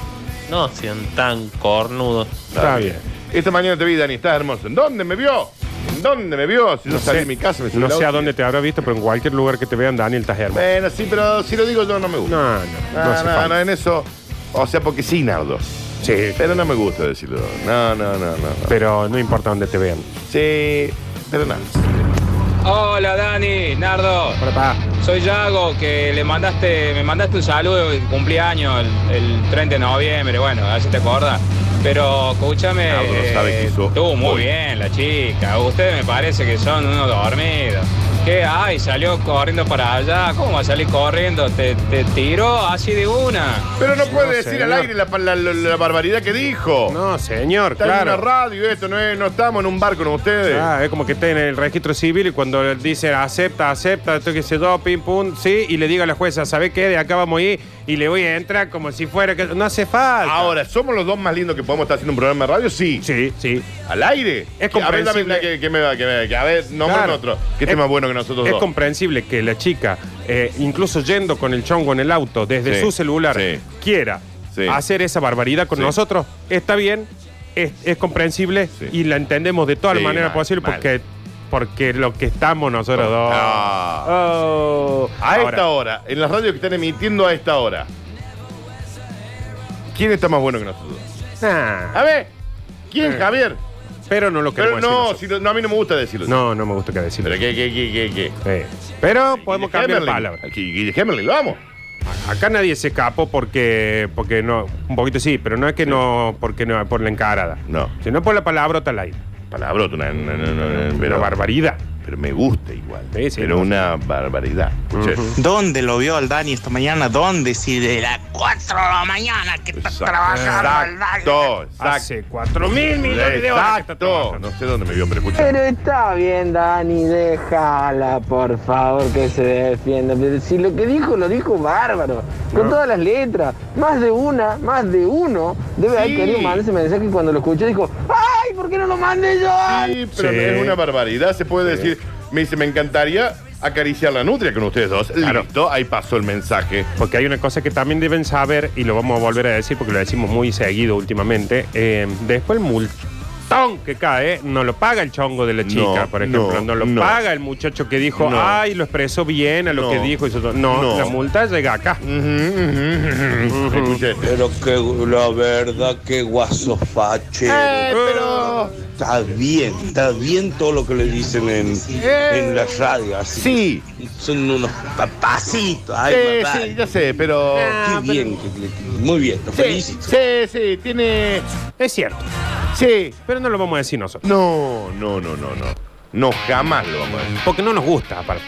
[SPEAKER 22] No sean tan cornudos.
[SPEAKER 2] Está bien. Esta mañana te vi, Dani, estás hermoso. ¿En dónde me vio? ¿En dónde me vio? Si no, salí de mi casa, me salió la
[SPEAKER 4] no sé a
[SPEAKER 2] hostia.
[SPEAKER 4] dónde te habrá visto, pero en cualquier lugar que te vean, Daniel, estás hermoso.
[SPEAKER 2] Bueno, sí, pero si lo digo yo no me gusta.
[SPEAKER 4] No, no.
[SPEAKER 2] No,
[SPEAKER 4] no hace
[SPEAKER 2] no,
[SPEAKER 4] falta.
[SPEAKER 2] no, eh. en eso. O sea, porque sí, Nardo.
[SPEAKER 4] Sí.
[SPEAKER 2] Pero no me gusta decirlo. No, no, no, no.
[SPEAKER 4] Pero no importa dónde te vean.
[SPEAKER 2] Sí, pero no.
[SPEAKER 23] Hola Dani, Nardo. Soy Yago, que le mandaste, me mandaste un saludo de cumpleaños el, el 30 de noviembre, bueno, a ver si te acuerdas. Pero escúchame,
[SPEAKER 4] Ah,
[SPEAKER 2] Nardo sabe que hizo
[SPEAKER 23] Eh, estuvo muy
[SPEAKER 2] hoy.
[SPEAKER 23] bien la chica. Ustedes me parece que son unos dormidos. ¿Qué hay? Salió corriendo para allá. ¿Cómo va a salir corriendo? Te, te tiró así de una.
[SPEAKER 2] Pero no puede decir al aire la, la- la- la barbaridad que dijo.
[SPEAKER 4] No, señor,
[SPEAKER 2] Está
[SPEAKER 4] claro.
[SPEAKER 2] en una radio esto, no, es- no estamos en un barco con ustedes.
[SPEAKER 4] Ah, es como que esté en el registro civil y cuando dice acepta, acepta, esto que se do, pim, pum, sí, y le diga a la jueza, ¿sabe qué? De acá vamos a ir y le voy a entrar como si fuera que no hace falta.
[SPEAKER 2] Ahora, ¿somos los dos más lindos que podemos estar haciendo un programa de radio? Sí.
[SPEAKER 4] Sí, sí.
[SPEAKER 2] ¿Al aire?
[SPEAKER 4] Es
[SPEAKER 2] A ver, dame
[SPEAKER 4] comprensible.
[SPEAKER 2] una que, que me va, que me va, que a ver, nombren
[SPEAKER 4] Claro.
[SPEAKER 2] otro. Que esté
[SPEAKER 4] Es-
[SPEAKER 2] más bueno que nosotros
[SPEAKER 4] Es
[SPEAKER 2] dos.
[SPEAKER 4] comprensible que la chica, eh, incluso yendo con el chongo en el auto desde
[SPEAKER 2] Sí,
[SPEAKER 4] su celular,
[SPEAKER 2] sí.
[SPEAKER 4] quiera hacer esa barbaridad con
[SPEAKER 2] Sí.
[SPEAKER 4] nosotros, está bien, es, es comprensible y la entendemos de todas las
[SPEAKER 2] Sí,
[SPEAKER 4] maneras
[SPEAKER 2] mal,
[SPEAKER 4] posible
[SPEAKER 2] mal.
[SPEAKER 4] porque, porque lo que estamos nosotros dos.
[SPEAKER 2] Ah.
[SPEAKER 4] Oh.
[SPEAKER 2] A
[SPEAKER 4] Ahora,
[SPEAKER 2] esta hora, en las radios que están emitiendo a esta hora, ¿quién está más bueno que nosotros?
[SPEAKER 4] nah,
[SPEAKER 2] A ver, ¿quién,
[SPEAKER 4] Eh,
[SPEAKER 2] Javier?
[SPEAKER 4] Ah. pero no lo
[SPEAKER 2] Pero
[SPEAKER 4] queremos
[SPEAKER 2] no,
[SPEAKER 4] decir
[SPEAKER 2] si no- no, a mí no me gusta decirlo.
[SPEAKER 4] No, no me gusta que decirlo.
[SPEAKER 2] ¿Pero qué, qué, qué, qué?
[SPEAKER 4] qué? Pero podemos cambiar
[SPEAKER 2] Hemerling.
[SPEAKER 4] palabras.
[SPEAKER 2] Guille Hemerling, lo amo.
[SPEAKER 4] Acá nadie se escapó porque, porque no, un poquito sí, pero no es que no, porque no, por la encarada.
[SPEAKER 2] No.
[SPEAKER 4] Sino por la palabra al aire.
[SPEAKER 2] Palabrota, una, una- una- una-
[SPEAKER 4] Pero
[SPEAKER 2] pero-
[SPEAKER 4] barbaridad.
[SPEAKER 2] pero me gusta igual. pero una barbaridad. Escuché.
[SPEAKER 1] ¿Dónde lo vio al Dani esta mañana? ¿Dónde? Si de la
[SPEAKER 6] 4 de la mañana que está
[SPEAKER 2] trabajando Exacto, exacto.
[SPEAKER 4] Hace 4.000 millones de horas que está
[SPEAKER 2] Exacto. No sé dónde me vio, pero escucha.
[SPEAKER 20] Pero está bien, Dani, déjala, por favor, que se defienda. Pero si lo que dijo, lo dijo bárbaro. Con todas las letras. Más de una, más de uno. Debe haber
[SPEAKER 2] Sí.
[SPEAKER 20] querido mandar ese mensaje y cuando lo escuchó dijo, ¡ay! ¿Por qué no lo mandé yo?
[SPEAKER 2] Sí, pero
[SPEAKER 20] Sí.
[SPEAKER 2] es una barbaridad. Se puede decir, me dice, me encantaría acariciar la nutria con ustedes dos. Listo, ahí pasó el mensaje.
[SPEAKER 4] Porque hay una cosa que también deben saber, y lo vamos a volver a decir porque lo decimos muy seguido últimamente, eh, después el multón que cae, no lo paga el chongo de la chica,
[SPEAKER 2] No,
[SPEAKER 4] por ejemplo,
[SPEAKER 2] no,
[SPEAKER 4] no, lo
[SPEAKER 2] no.
[SPEAKER 4] paga el muchacho que dijo,
[SPEAKER 2] No.
[SPEAKER 4] ay, lo expresó bien a lo
[SPEAKER 2] No,
[SPEAKER 4] que dijo, y eso todo". no,
[SPEAKER 2] no. Eh,
[SPEAKER 4] la multa llega acá.
[SPEAKER 17] Pero que la verdad que guaso fachero.
[SPEAKER 6] Eh, pero-
[SPEAKER 17] Está bien, está bien todo lo que le dicen en,
[SPEAKER 2] Eh.
[SPEAKER 17] en la radio. Así
[SPEAKER 2] sí.
[SPEAKER 17] Son unos papacitos. Ay,
[SPEAKER 2] Eh,
[SPEAKER 17] papá.
[SPEAKER 2] sí, ya sé, pero.
[SPEAKER 17] Qué
[SPEAKER 2] Ah, pero-
[SPEAKER 17] bien, que le- muy bien, lo felicito.
[SPEAKER 2] Sí, sí, tiene.
[SPEAKER 4] Es cierto.
[SPEAKER 2] Sí.
[SPEAKER 4] Pero no lo vamos a decir nosotros.
[SPEAKER 2] No, no, no, no, no. No, jamás lo vamos a decir.
[SPEAKER 4] Porque no nos gusta, aparte.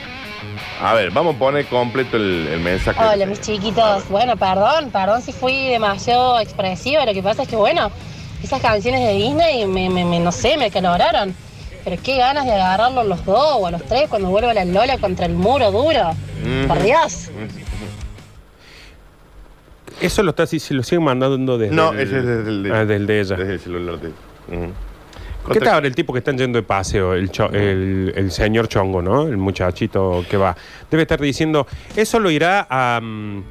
[SPEAKER 2] A ver, vamos a poner completo el, el mensaje.
[SPEAKER 11] Hola, mis chiquitos. Bueno, perdón, perdón si fui demasiado expresiva. Lo que pasa es que, bueno, esas canciones de Disney, me, me- me- no sé, me acaloraron. Pero qué ganas de agarrarlos los dos o a los tres cuando vuelva la Lola contra el muro duro.
[SPEAKER 4] Ujú.
[SPEAKER 11] Por Dios.
[SPEAKER 4] Eso lo está si si lo siguen mandando desde
[SPEAKER 2] No,
[SPEAKER 4] el-
[SPEAKER 2] ese es desde el de-
[SPEAKER 4] ah, del de ella.
[SPEAKER 2] el celular de. Ujú.
[SPEAKER 4] ¿Qué tal ahora el tipo que están yendo de paseo? El, cho- el- el señor chongo, ¿no? El muchachito que va. Debe estar diciendo, ¿eso lo irá a, mm,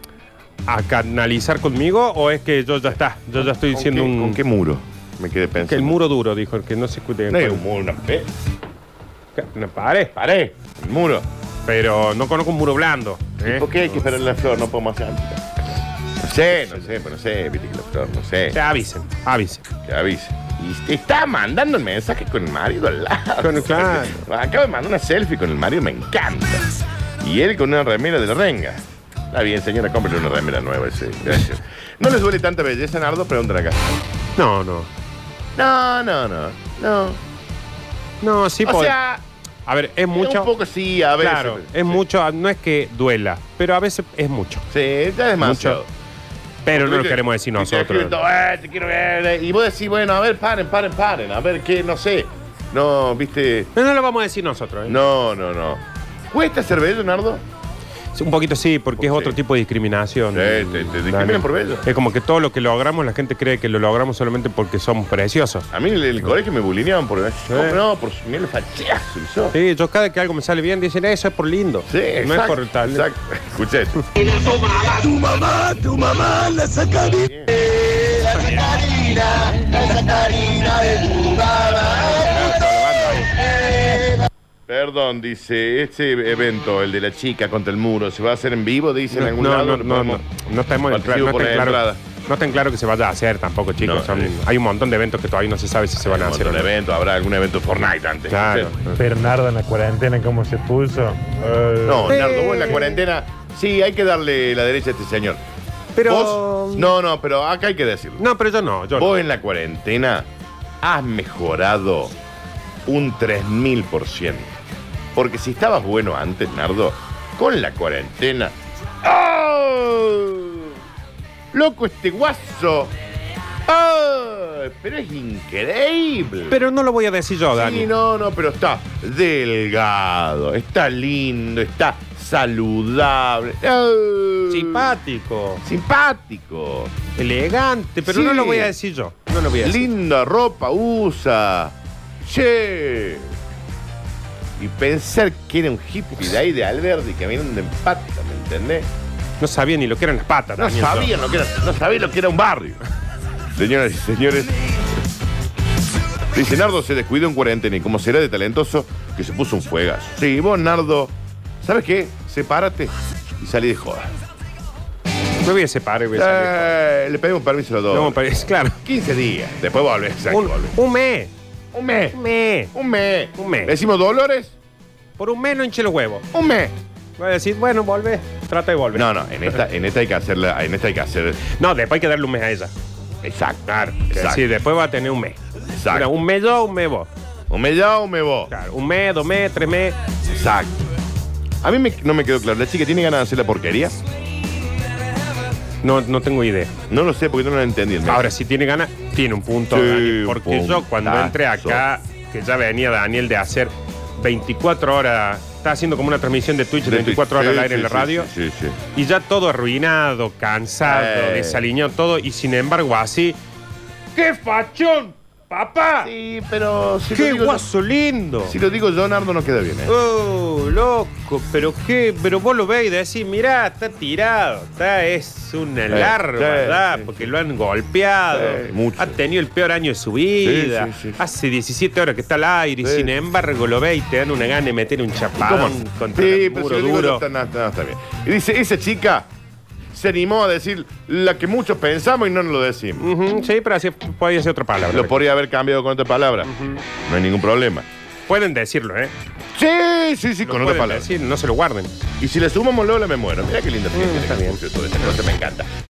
[SPEAKER 4] a canalizar conmigo o es que yo ya está? Yo ya estoy diciendo
[SPEAKER 2] qué-
[SPEAKER 4] un...
[SPEAKER 2] con qué muro? Me quedé
[SPEAKER 4] Que el
[SPEAKER 2] pensando.
[SPEAKER 4] muro duro, dijo, el que no se escute.
[SPEAKER 2] No es un muro, una pe-
[SPEAKER 4] No, pare, pare.
[SPEAKER 2] El muro.
[SPEAKER 4] Pero no conozco un muro blando. ¿eh?
[SPEAKER 2] ¿Por qué hay que esperar la flor? No podemos hacer antes. No sé, no sé, pero no sé, viste que la flor, no sé.
[SPEAKER 4] Te avisen, avisen.
[SPEAKER 2] Que avisen. Y te está mandando el mensaje con el marido al lado.
[SPEAKER 4] Con- claro.
[SPEAKER 2] Acaba de mandar una selfie con el marido, me encanta. Y él con una remera de la renga. Está bien, señora, cómprale una remera nueva, sí. Gracias. ¿No les duele tanta belleza, Nardo? Pregúntale acá.
[SPEAKER 4] No, no.
[SPEAKER 2] No, no, no. No.
[SPEAKER 4] No, sí,
[SPEAKER 2] o
[SPEAKER 4] pod-
[SPEAKER 2] sea,
[SPEAKER 4] A ver, es mucho.
[SPEAKER 2] un poco sí, a veces.
[SPEAKER 4] Claro, es mucho, no es que duela, pero a veces es mucho.
[SPEAKER 2] Sí, ya es demasiado.
[SPEAKER 4] Mucho. Pero no lo queremos decir
[SPEAKER 2] Y te
[SPEAKER 4] nosotros.
[SPEAKER 2] escriben, "Eh, te quiero ver", eh, Y vos decís, bueno, a ver, paren, paren, paren. A ver, qué, no sé. No, viste.
[SPEAKER 4] No, no lo vamos a decir nosotros. ¿eh?
[SPEAKER 2] No, no, no. ¿Cuesta ser bello, Nardo?
[SPEAKER 4] Sí, Un poquito sí, porque es otro tipo de discriminación.
[SPEAKER 2] Sí, te- te discriminan
[SPEAKER 4] Dani.
[SPEAKER 2] por bello.
[SPEAKER 4] Es como que todo lo que logramos, la gente cree que lo logramos solamente porque somos preciosos.
[SPEAKER 2] A mí en el colegio me bulineaban por. ¿Cómo no? Por su miel fachazo y yo.
[SPEAKER 4] Sí, yo cada que algo me sale bien dicen, eso es por lindo.
[SPEAKER 2] Sí,
[SPEAKER 4] no
[SPEAKER 2] exacto,
[SPEAKER 4] es por tal.
[SPEAKER 2] Exacto. Escuché.
[SPEAKER 6] Tu mamá, tu mamá, la sacarina. La sacarina, la sacarina de tu mamá.
[SPEAKER 2] Perdón, dice, este evento, el de la chica contra el muro, ¿se va a hacer en vivo? Dice en
[SPEAKER 4] No,
[SPEAKER 2] algún
[SPEAKER 4] no,
[SPEAKER 2] lado.
[SPEAKER 4] no,
[SPEAKER 2] ¿Lo
[SPEAKER 4] no,
[SPEAKER 2] podemos-
[SPEAKER 4] no estamos en
[SPEAKER 2] Participo
[SPEAKER 4] no
[SPEAKER 2] por
[SPEAKER 4] está
[SPEAKER 2] la
[SPEAKER 4] en claro,
[SPEAKER 2] entrada.
[SPEAKER 4] no está en claro que se vaya a hacer tampoco, chicos. Son- hay un montón de eventos que todavía no se sabe si se van a
[SPEAKER 2] Un
[SPEAKER 4] hacer.
[SPEAKER 2] montón de evento, habrá algún evento de Fortnite antes.
[SPEAKER 4] Claro.
[SPEAKER 18] Bernardo en la cuarentena, ¿cómo se puso? Eh.
[SPEAKER 2] No, Nardo, vos en la cuarentena, sí, hay que darle la derecha a este señor.
[SPEAKER 4] Pero-
[SPEAKER 2] ¿Vos? No, no, pero acá hay que decirlo.
[SPEAKER 4] No, pero yo no. Yo
[SPEAKER 2] vos
[SPEAKER 4] no.
[SPEAKER 2] en la cuarentena has mejorado un 3000%. Porque si estabas bueno antes, Nardo, con la cuarentena. ¡Oh! ¡Loco este guaso! ¡Oh! Pero es increíble.
[SPEAKER 4] Pero no lo voy a decir yo, Dani.
[SPEAKER 2] Sí, no, no, pero está delgado, está lindo, está saludable. ¡Oh!
[SPEAKER 4] Simpático.
[SPEAKER 2] Simpático.
[SPEAKER 4] Elegante, pero no lo voy a decir yo. No lo voy a decir.
[SPEAKER 2] Linda ropa usa. Che. Y pensar que era un hippie de ahí de Alberti que vienen de empata, ¿me entendés?
[SPEAKER 4] No sabía ni lo que eran las patas.
[SPEAKER 2] No
[SPEAKER 4] Daniel.
[SPEAKER 2] sabía lo que era, no sabía lo que era un barrio. Señoras y señores. Dice, Nardo se descuidó en cuarentena y como será de talentoso, que se puso un fuegazo. Sí, vos, Nardo, ¿sabes qué? Sepárate y salí de joda.
[SPEAKER 4] Me voy a separar. Voy a salir.
[SPEAKER 2] Eh, le pedimos permiso a los dos.
[SPEAKER 4] No, pero es claro.
[SPEAKER 2] 15 días. Después volvés. exacto,
[SPEAKER 4] Un,
[SPEAKER 2] volvés.
[SPEAKER 4] un mes.
[SPEAKER 2] Un mes.
[SPEAKER 4] Un mes.
[SPEAKER 2] Un mes.
[SPEAKER 4] Un mes.
[SPEAKER 2] ¿Le decimos Dolores?
[SPEAKER 4] Por un mes no hinche los huevos.
[SPEAKER 2] Un mes.
[SPEAKER 4] Voy a decir, bueno, volvé. Trata de volver.
[SPEAKER 2] No, no, en esta, en esta hay que hacerla, en esta hay que hacer.
[SPEAKER 4] No, después hay que darle un mes a ella.
[SPEAKER 2] Exacto.
[SPEAKER 4] Claro.
[SPEAKER 2] Exacto.
[SPEAKER 4] Sí, después va a tener un mes.
[SPEAKER 2] Exacto.
[SPEAKER 4] Era un mes yo, un mes vos.
[SPEAKER 2] O me ya o me vos.
[SPEAKER 4] Claro, un mes, dos mes, tres mes.
[SPEAKER 2] Exacto. A mí me- no me quedó claro. ¿La chica tiene ganas de hacer la porquería?
[SPEAKER 4] No, no tengo idea.
[SPEAKER 2] No lo sé porque no lo entendí.
[SPEAKER 4] Ahora, si tiene ganas, tiene un punto.
[SPEAKER 2] Sí,
[SPEAKER 4] Daniel, porque yo
[SPEAKER 2] puntazo.
[SPEAKER 4] cuando entré acá, que ya venía Daniel de hacer 24 horas, estaba haciendo como una transmisión de Twitch de 24 horas
[SPEAKER 2] Sí,
[SPEAKER 4] al aire
[SPEAKER 2] sí,
[SPEAKER 4] en la
[SPEAKER 2] sí,
[SPEAKER 4] radio,
[SPEAKER 2] Sí, sí. sí.
[SPEAKER 4] y ya todo arruinado, cansado,
[SPEAKER 2] Eh.
[SPEAKER 4] desaliñado todo, y sin embargo así, ¡Qué fachón, papá!
[SPEAKER 2] Sí, pero... si lo
[SPEAKER 4] ¡Qué
[SPEAKER 2] digo-
[SPEAKER 4] guaso lindo!
[SPEAKER 2] Si lo digo yo, Nardo, no queda bien, ¿eh?
[SPEAKER 4] ¡Oh, loco! Pero qué, pero vos lo veis y decís, mirá, está tirado, está, es una
[SPEAKER 2] Sí,
[SPEAKER 4] larva,
[SPEAKER 2] sí,
[SPEAKER 4] ¿verdad? Porque lo han golpeado,
[SPEAKER 2] Sí, mucho.
[SPEAKER 4] ha tenido el peor año de su vida,
[SPEAKER 2] Sí, sí, sí.
[SPEAKER 4] hace 17 horas que está al aire y
[SPEAKER 2] Sí.
[SPEAKER 4] sin embargo lo veis y te dan una gana de meter Ah, un
[SPEAKER 2] ¿Cómo?
[SPEAKER 4] chapón contra
[SPEAKER 2] Sí,
[SPEAKER 4] el
[SPEAKER 2] pero
[SPEAKER 4] muro
[SPEAKER 2] si lo digo, no
[SPEAKER 4] duro.
[SPEAKER 2] está, no, no, está bien. Y dice, esa chica se animó a decir la que muchos pensamos y no nos lo decimos.
[SPEAKER 4] Ujú, sí, pero así podía ser otra palabra.
[SPEAKER 2] Lo podría haber cambiado con otra palabra. No hay ningún problema.
[SPEAKER 4] Pueden decirlo, ¿eh?
[SPEAKER 2] Sí, sí, sí, con otra
[SPEAKER 4] pueden
[SPEAKER 2] palabra.
[SPEAKER 4] decir, no se lo guarden.
[SPEAKER 2] Y si le sumamos Lola, me muero. Mira qué linda.
[SPEAKER 4] Mm, está bien.
[SPEAKER 2] este Me encanta.